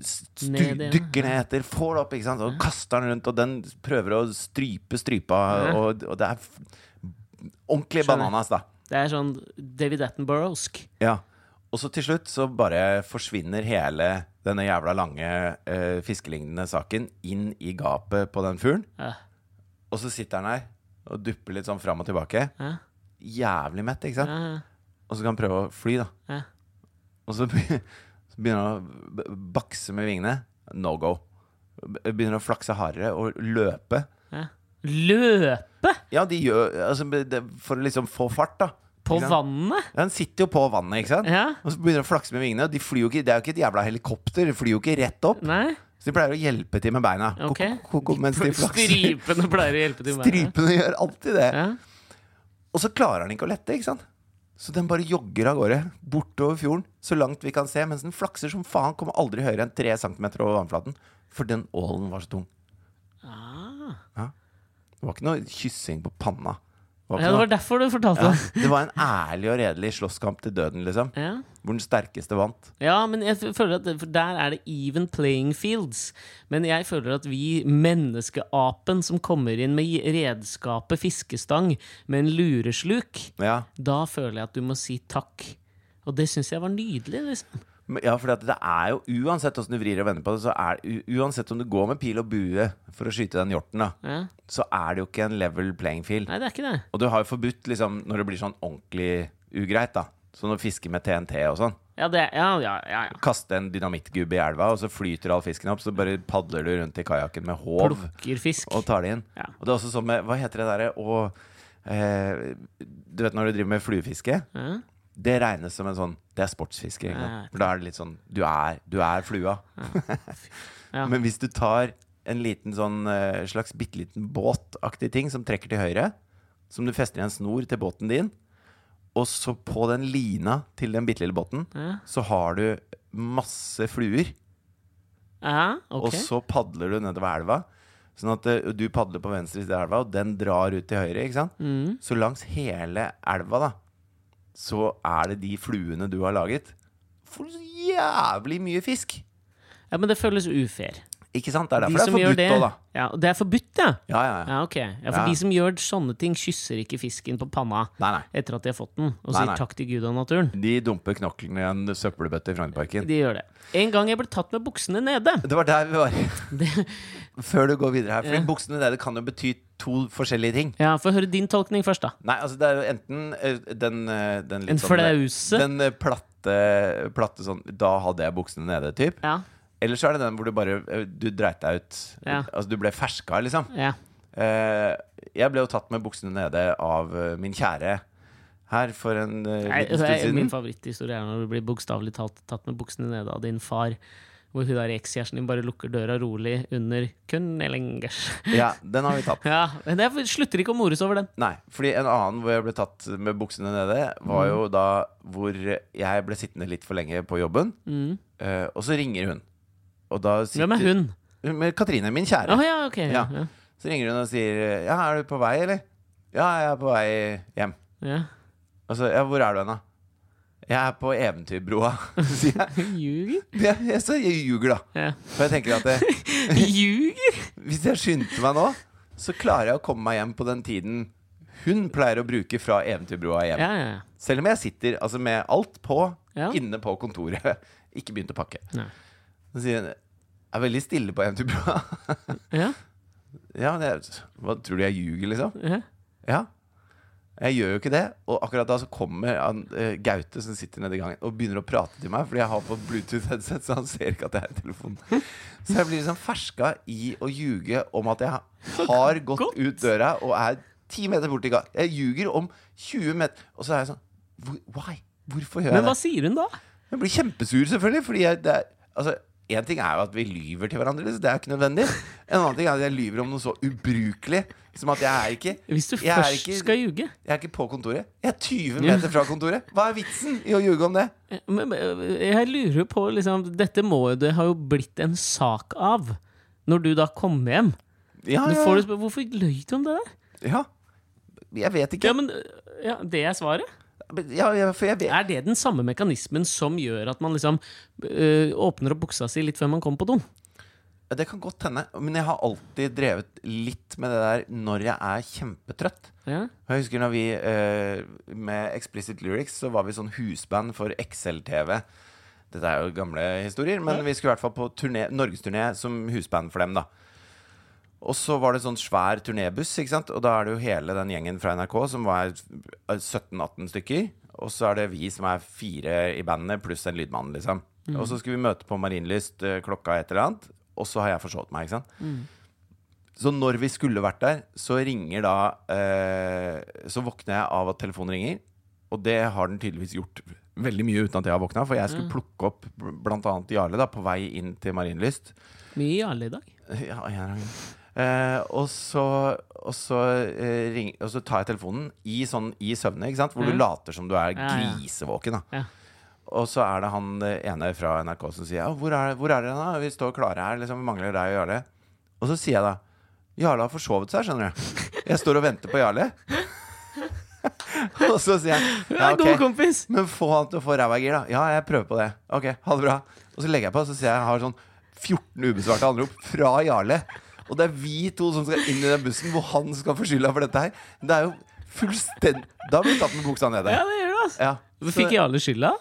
stu,
Ned igjen,
dykker ned etter, får det opp ikke sant? og kaster den rundt. Og den prøver å strype strypa,
Ja.
og, og det er f- ordentlig
Skjønner.
bananas, da.
Det er sånn David Attenborough-sk.
Ja. Og så til slutt så bare forsvinner hele denne jævla lange eh, fiskelignende saken inn i gapet på den fuglen.
Ja.
Og så sitter han her og dupper litt sånn fram og tilbake.
Ja.
Jævlig mett, ikke sant?
Ja.
Og så kan han prøve å fly, da.
Ja.
Og så be- så begynner han å b- bakse med vingene. No go. B- Begynner å flakse hardere og løpe.
Ja. Løpe
Ja, de gjør altså, det, For å liksom få fart, da.
på
Ikke sant?
vannet?
Han sitter jo på vannet, ikke sant?
Ja.
Og så begynner de å flakse med vingene. og De flyr jo ikke, det er jo ikke et jævla helikopter. De flyr jo ikke rett opp.
Nei?
Så de pleier å hjelpe til med beina.
Ok.
Ko- ko- ko- mens de flakser.
Stripene pleier å hjelpe til med det.
Stripene gjør alltid det.
Ja.
Og så klarer han ikke å lette, ikke sant? Så den bare jogger av gårde bortover fjorden så langt vi kan se, mens den flakser som faen. Kommer aldri høyere enn 3 cm over vannflaten. For den ålen var så tung.
Ah.
Det var ikke noe kyssing på panna. Det var,
ja,
ikke
det
noe,
var sånn. derfor du fortalte
ja,
det.
det var en ærlig og redelig slåsskamp til døden, liksom.
Ja.
Hvor den sterkeste vant.
ja, men jeg f- føler at det- for der er det even playing fields. Men jeg føler at vi, menneskeapen som kommer inn med i- redskapet fiskestang med en luresluk,
Ja,
da føler jeg at du må si takk. Og det syns jeg var nydelig. liksom
Men- Ja, for det er jo uansett hvordan du vrir og vender på det, så er u- uansett om du går med pil og bue for å skyte den hjorten, da,
ja.
så er det jo ikke en level playing field.
Nei, det er ikke det.
Og du har jo forbudt liksom når det blir sånn ordentlig ugreit, da. Sånn å fiske med TNT og sånn.
Ja, det, ja, ja, ja, ja.
Kaste en dynamittgubbe i elva, og så flyter all fisken opp. Så bare padler du rundt i kajakken med håv
Plukker fisk.
og tar det inn.
Ja.
Og det er også sånn med Hva heter det derre å eh, Du vet når du driver med fluefiske?
Ja.
Det regnes som en sånn Det er sportsfiske. ikke sant?
Ja, jeg vet
For da er det litt sånn Du er, du er flua.
Ja.
Men hvis du tar en liten sånn eh, slags bitte liten båtaktig ting som trekker til høyre, som du fester i en snor til båten din, og så på den lina til den bitte lille båten,
Ja.
så har du masse fluer,
Ja, ok.
og så padler du nedover elva. Sånn at eh, du padler på venstre side av elva, og den drar ut til høyre. ikke sant?
Mm.
Så langs hele elva, da, så er det de fluene du har laget. For så jævlig mye fisk!
ja, men det føles ufair.
Ikke sant? Det er
De
derfor
som
det er
gjør
forbudt
det,
òg, da.
ja, og det er forbudt, ja?
Ja, ja, ja.
Ja, ok. Ja, for
Ja.
de som gjør sånne ting, kysser ikke fisken på panna
Nei, nei.
etter at de har fått den, og
Nei,
sier
nei.
takk til Gud og naturen.
De dumper knoklene i en søppelbøtte i Frognerparken.
De gjør det. En gang jeg ble tatt med buksene nede.
Det var der vi var. Før du går videre her. Fordi
Ja.
buksene nede kan jo bety to forskjellige ting.
Ja, Få høre din tolkning først, da.
Nei, altså det er jo enten eh, den, eh, den litt
En flause.
Den eh, platte, platte sånn 'da hadde jeg buksene nede'-type.
Ja.
Eller så er det den hvor du bare eh, Du dreit deg ut.
Ja.
Altså du ble ferska, liksom.
ja.
Eh, jeg ble jo tatt med buksene nede av eh, min kjære her for en eh,
Nei,
liten stund
jeg,
siden.
min favoritthistorie er når du blir bokstavelig talt tatt med buksene nede av din far. Hvor hun der ekskjæresten din bare lukker døra rolig under 'kun lengers'.
Ja, den har vi tatt.
Ja, men jeg slutter ikke å mores over den.
Nei, fordi en annen hvor jeg ble tatt med buksene nede, var
Mm.
jo da hvor jeg ble sittende litt for lenge på jobben.
Mm.
Eh, og så ringer hun. Og da sitter,
Hvem er hun?
hun? Med Katrine, min kjære.
Å ja, ok. Ja.
Ja. Så ringer hun og sier Ja, er du på vei, eller? Ja, jeg er på vei hjem.
Ja.
Og så, ja, hvor er du hen, da? Jeg er på Eventyrbroa, sier jeg.
Hun Ljuger?
Ja, jeg- Så jeg ljuger, da.
Ja.
For jeg tenker at det,
Ljuger?
Hvis jeg skyndte meg nå, så klarer jeg å komme meg hjem på den tiden hun pleier å bruke fra Eventyrbroa hjem.
Ja, ja, ja.
Selv om jeg sitter altså, med alt på
Ja.
inne på kontoret. Ikke begynt å pakke.
Nei.
Så sier hun jeg er veldig stille på Eventyrbroa.
Ja,
ja, men jeg, hva tror du jeg ljuger, liksom?
ja.
Ja. Jeg gjør jo ikke det. Og akkurat da så kommer han, eh, Gaute som sitter nede i gangen og begynner å prate til meg, fordi jeg har på Bluetooth headset, så han ser ikke at jeg er i telefonen. Så jeg blir liksom ferska i å ljuge om at jeg har gått
godt.
ut døra og er ti meter bort i gata. Jeg ljuger om 20 meter, og så er jeg sånn hvor- Why? Hvorfor gjør jeg
Men
det?
hva sier hun da?
Jeg blir kjempesur, selvfølgelig, fordi jeg, det er Altså, En ting er jo at vi lyver til hverandre, liksom. det er jo ikke nødvendig. En annen ting er at jeg lyver om noe så ubrukelig som at jeg er ikke
Hvis du
Jeg er
først
ikke-
skal ljuge
Jeg er ikke på kontoret. Jeg er 20 meter fra kontoret. Hva er vitsen i å ljuge om det?
Men men, jeg lurer på liksom, Dette må jo det har jo blitt en sak av når du da kom hjem.
Ja,
Du
ja,
får, jo sp- hvorfor løy du om det der?
ja. Jeg vet
Ja,
ikke.
men ja, Det er svaret.
Ja, ja, for jeg vet
Er det den samme mekanismen som gjør at man liksom øh, åpner opp buksa si litt før man kommer på do?
Ja, Det kan godt hende. Men jeg har alltid drevet litt med det der når jeg er kjempetrøtt.
Ja.
Og Jeg husker når vi eh, med Explicit Lyrics så var vi sånn husband for XL-TV. Dette er jo gamle historier, men vi skulle i hvert fall på turné, norgesturné som husband for dem, da. Og så var det sånn svær turnébuss, ikke sant? og da er det jo hele den gjengen fra NRK som var 17-18 stykker. Og så er det vi som er fire i bandet, pluss en lydmann, liksom. Og så skulle vi møte på Marienlyst eh, klokka et eller annet, og så har jeg forsovet meg, ikke sant. Så når vi skulle vært der, så ringer da eh, Så våkner jeg av at telefonen ringer. Og det har den tydeligvis gjort veldig mye uten at jeg har våkna. For jeg skulle plukke opp bl- blant annet Jarle da, på vei inn til Marienlyst.
Mye Jarle i dag.
Ja, jeg er Eh, og så, og, så eh, ring, og så tar jeg telefonen i, sånn, i søvne, ikke sant? hvor du
Mhm.
later som du er
Ja, ja.
grisevåken. Da.
Ja.
Og så er det han eh, ene fra NRK som sier ja, 'Hvor er, hvor er dere da? Vi står klare her. Liksom, vi mangler deg og Jarle.' Og så sier jeg da 'Jarle har forsovet seg, skjønner du'. Jeg står og venter på Jarle. og så sier jeg
Ja,
ja,
God
ok,
kompis!
men få han til å få ræva i gir, da. Ja, jeg prøver på det. Ok, ha det bra. Og så legger jeg på, så ser jeg jeg har sånn 14 ubesvarte anrop fra Jarle. Og det er vi to som skal inn i den bussen hvor han skal få skylda for dette her. Det er jo fullstendig Da blir du tatt med buksa nede.
Ja, det gjør du, altså.
Ja. Så,
Fikk Jarle skylda?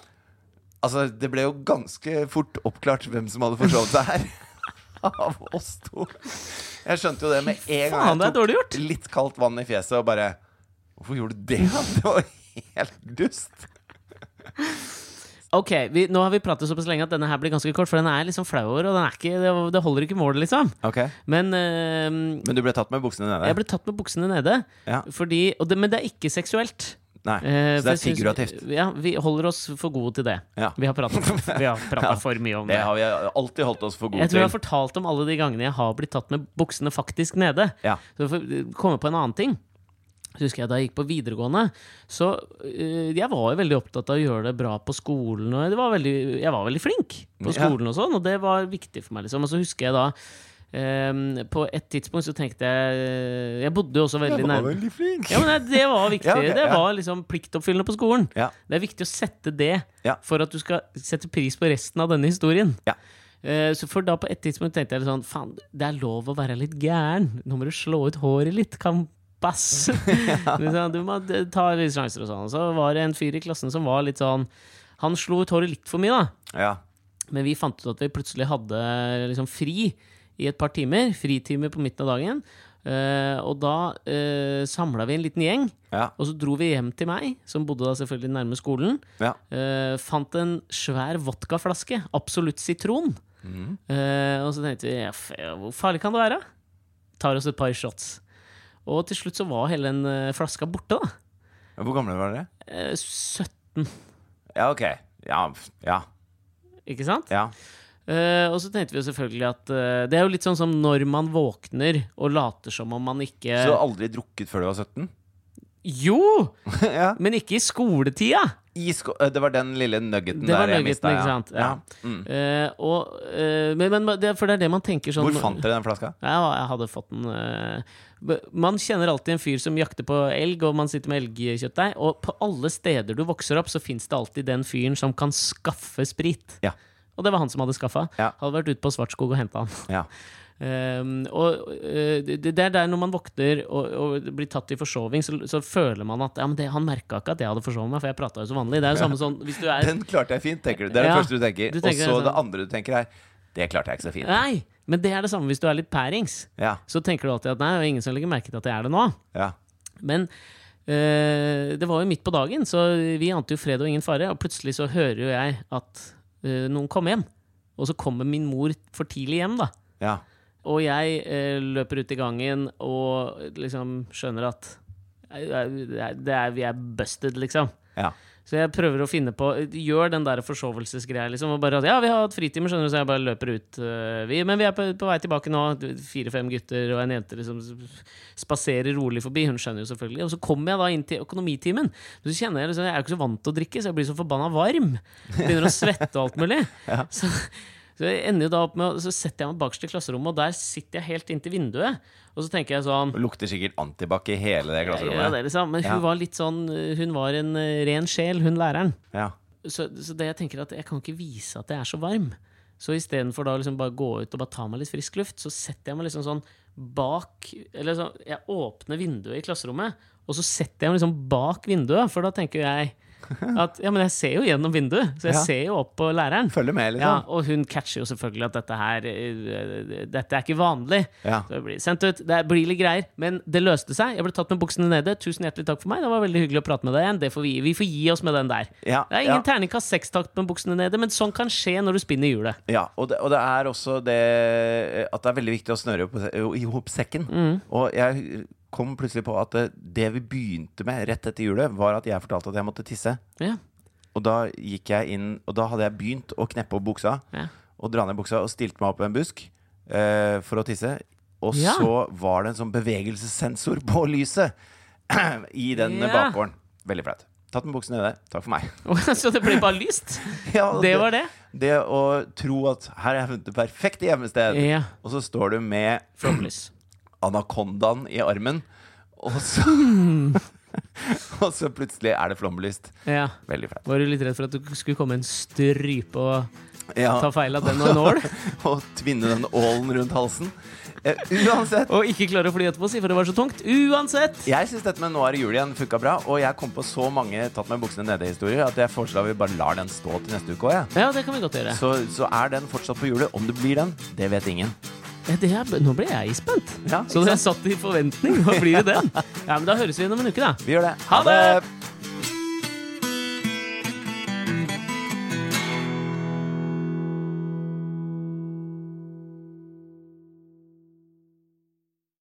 altså, det ble jo ganske fort oppklart hvem som hadde forsovet seg her. Av oss to. Jeg skjønte jo det med en
Faen,
gang
det
jeg
er
tok
dårlig gjort!
litt kaldt vann i fjeset og bare Hvorfor gjorde du det? Det var helt dust.
Ok, vi, Nå har vi pratet såpass lenge at denne her blir ganske kort, for den er liksom flau over, og den er ikke, det, det holder ikke mål, liksom. Men øh,
Men du ble tatt med buksene nede?
jeg ble tatt med buksene nede.
Ja.
Fordi, og det, men det er ikke seksuelt.
Nei,
Eh,
så det
for jeg
er
syns-
figurativt.
Ja, vi holder oss for gode til det.
Ja.
Vi har pratet, vi har pratet for mye om
Det
det.
har vi alltid holdt oss for gode
Jeg tror jeg har
til.
fortalt om alle de gangene jeg har blitt tatt med buksene faktisk nede.
Ja.
Så for å komme på en annen ting så husker jeg Da jeg gikk på videregående, så øh, jeg var jo veldig opptatt av å gjøre det bra på skolen. Og det var veldig, jeg var veldig flink på
Ja.
skolen, og sånn, og det var viktig for meg. liksom. Og så husker jeg da ehm, På et tidspunkt så tenkte jeg Jeg bodde jo også veldig nærme
veldig flink.
ja, men nei, Det var viktig.
Ja, ok,
Det
ja.
var liksom pliktoppfyllende på skolen.
Ja.
Det er viktig å sette det
Ja.
for at du skal sette pris på resten av denne historien.
Ja.
Eh, Så for da på et tidspunkt tenkte jeg litt sånn Faen, det er lov å være litt gæren. Nå må du slå ut håret litt, kampass. Liksom, Du må d- ta litt sjanser og sånn. Og Så var det en fyr i klassen som var litt sånn Han slo ut håret litt for mye, da.
Ja.
Men vi fant ut at vi plutselig hadde liksom fri i et par timer. Fritimer på midten av dagen. Eh, og da uh, samla vi en liten gjeng,
Ja.
og så dro vi hjem til meg, som bodde da selvfølgelig nærme skolen.
Ja.
Eh, fant en svær vodkaflaske, Absolutt sitron. Eh, og så tenkte vi ja, f- ja, hvor farlig kan det være? Tar oss et par shots. Og til slutt så var hele den eh, flaska borte, da.
Hvor gamle var dere?
Eh, 17,
Ja, ok. Ja. Ja.
ikke sant?
ja.
Eh, og så tenkte vi jo selvfølgelig at eh, Det er jo litt sånn som når man våkner og later som om man ikke
Så du har aldri drukket før du var 17?
Jo!
ja.
Men ikke i skoletida!
I sko eh, det var den lille nuggeten
Det var
der jeg
nuggeten,
mista.
ikke sant?
Ja. Mm.
Ja. Eh, og, eh, men, men det, for det er det man tenker sånn
Hvor fant dere den flaska?
Ja, jeg hadde fått den eh, b- Man kjenner alltid en fyr som jakter på elg, og man sitter med elgkjøttdeig. Og på alle steder du vokser opp, så fins det alltid den fyren som kan skaffe sprit.
Ja.
Og det var han som hadde skaffa.
Ja.
Hadde vært ute på Svartskog og henta han.
Ja.
Ehm, og eh, det, det er der når man våkner og, og blir tatt i forsoving, så, så føler man at ja, men det, Han merka ikke at jeg hadde forsovet meg, for jeg prata jo så vanlig. Det er jo samme sånn hvis du er
Den klarte jeg fint, tenker du. Det er det
Ja.
første du tenker.
Du tenker
Og så
det
det
sånn.
andre du tenker, er Det klarte jeg ikke så fint.
Nei! Men det er det samme hvis du er litt pærings.
Ja.
Så tenker du alltid at nei, det er ingen som legger merke til at jeg er det nå.
Ja.
Men eh, det var jo midt på dagen, så vi ante jo fred og ingen fare. Og plutselig så hører jo jeg at eh, noen kom hjem. Og så kommer min mor for tidlig hjem, da.
Ja.
Og jeg eh, løper ut i gangen og liksom skjønner at eh, det er, det er, vi er busted, liksom.
Ja.
Så jeg prøver å finne på Gjør den der forsovelsesgreia, liksom. Og bare at ja, vi har hatt fritimer, skjønner du, så jeg bare løper ut. øh, Vi, men vi er på, på vei tilbake nå. Fire-fem gutter og en jente liksom spaserer rolig forbi. Hun skjønner jo selvfølgelig. Og så kommer jeg da inn til økonomitimen. Så kjenner jeg liksom, Jeg er jo ikke så vant til å drikke, så jeg blir så forbanna varm. Begynner å svette og alt mulig. Så, så jeg ender jo da opp med å- Så setter jeg meg bakerst i klasserommet, og der sitter jeg helt inntil vinduet. Og så tenker jeg sånn
Lukter sikkert antibac i hele det
ja, det
klasserommet.
er det samme. Men hun
Ja.
var litt sånn øh, Hun var en øh, ren sjel, hun læreren.
Ja.
Så, så det jeg tenker er at jeg kan ikke vise at jeg er så varm. Så istedenfor da å liksom bare gå ut og bare ta meg litt frisk luft, så setter jeg meg liksom sånn bak Eller sånn, jeg åpner vinduet i klasserommet, og så setter jeg meg liksom bak vinduet, for da tenker jeg at ja, men jeg ser jo gjennom vinduet, så jeg
Ja.
ser jo opp på læreren.
Følger med,
Ja,
liksom.
og hun catcher jo selvfølgelig at dette her eh, Dette er ikke vanlig.
Ja.
Så jeg blir sendt ut. Det blir litt greier, men det løste seg. Jeg ble tatt med buksene nede. Tusen hjertelig takk for meg. Det var veldig hyggelig å prate med deg igjen. Det får vi, gi- vi får gi oss med den der.
Ja,
Det er
ja.
ingen terningkast seks-takt med buksene nede, men sånn kan skje når du spinner hjulet.
Ja, og det, og det er også det at det er veldig viktig å snøre opp- i hop sekken.
Mm.
Og jeg kom plutselig på at det, det vi begynte med rett etter julet, var at jeg fortalte at jeg måtte tisse.
Ja,
Og da gikk jeg inn, og da hadde jeg begynt å kneppe opp buksa.
ja.
Og dra ned buksa og stilte meg opp i en busk eh, for å tisse. Og
Ja.
så var det en sånn bevegelsessensor på lyset i den
Ja.
yeah. bakgården. Veldig flaut. Tatt med buksa nede. Takk for meg.
Så det ble bare lyst.
Ja, og
Det var det.
det å tro at her har jeg funnet det perfekte gjemmested,
Ja.
og så står du med
Flomlys.
anakondaen i armen, og så
Hmm.
Og så plutselig er det flombelyst.
Ja.
Veldig flaut.
Var du litt redd for at du skulle komme en strype og
Ja,
ta feil av den og en ål?
og tvinne den ålen rundt halsen. Eh, uansett.
Og ikke klare å fly etterpå, si, for det var så tungt. Uansett!
Jeg syns dette med 'Nå er det jul igjen' funka bra, og jeg kom på så mange tatt med buksene nede-historier at jeg foreslår at vi bare lar den stå til neste uke òg, jeg.
Ja, det kan vi godt gjøre.
Så, så er den fortsatt på hjulet. Om det blir den, det vet ingen.
Ja, det er, nå ble jeg spent.
Ja,
Så
ikke
jeg satt i forventning. Hva blir det den? Ja, men Da høres vi igjen om en uke, da.
Vi gjør det.
Ha det!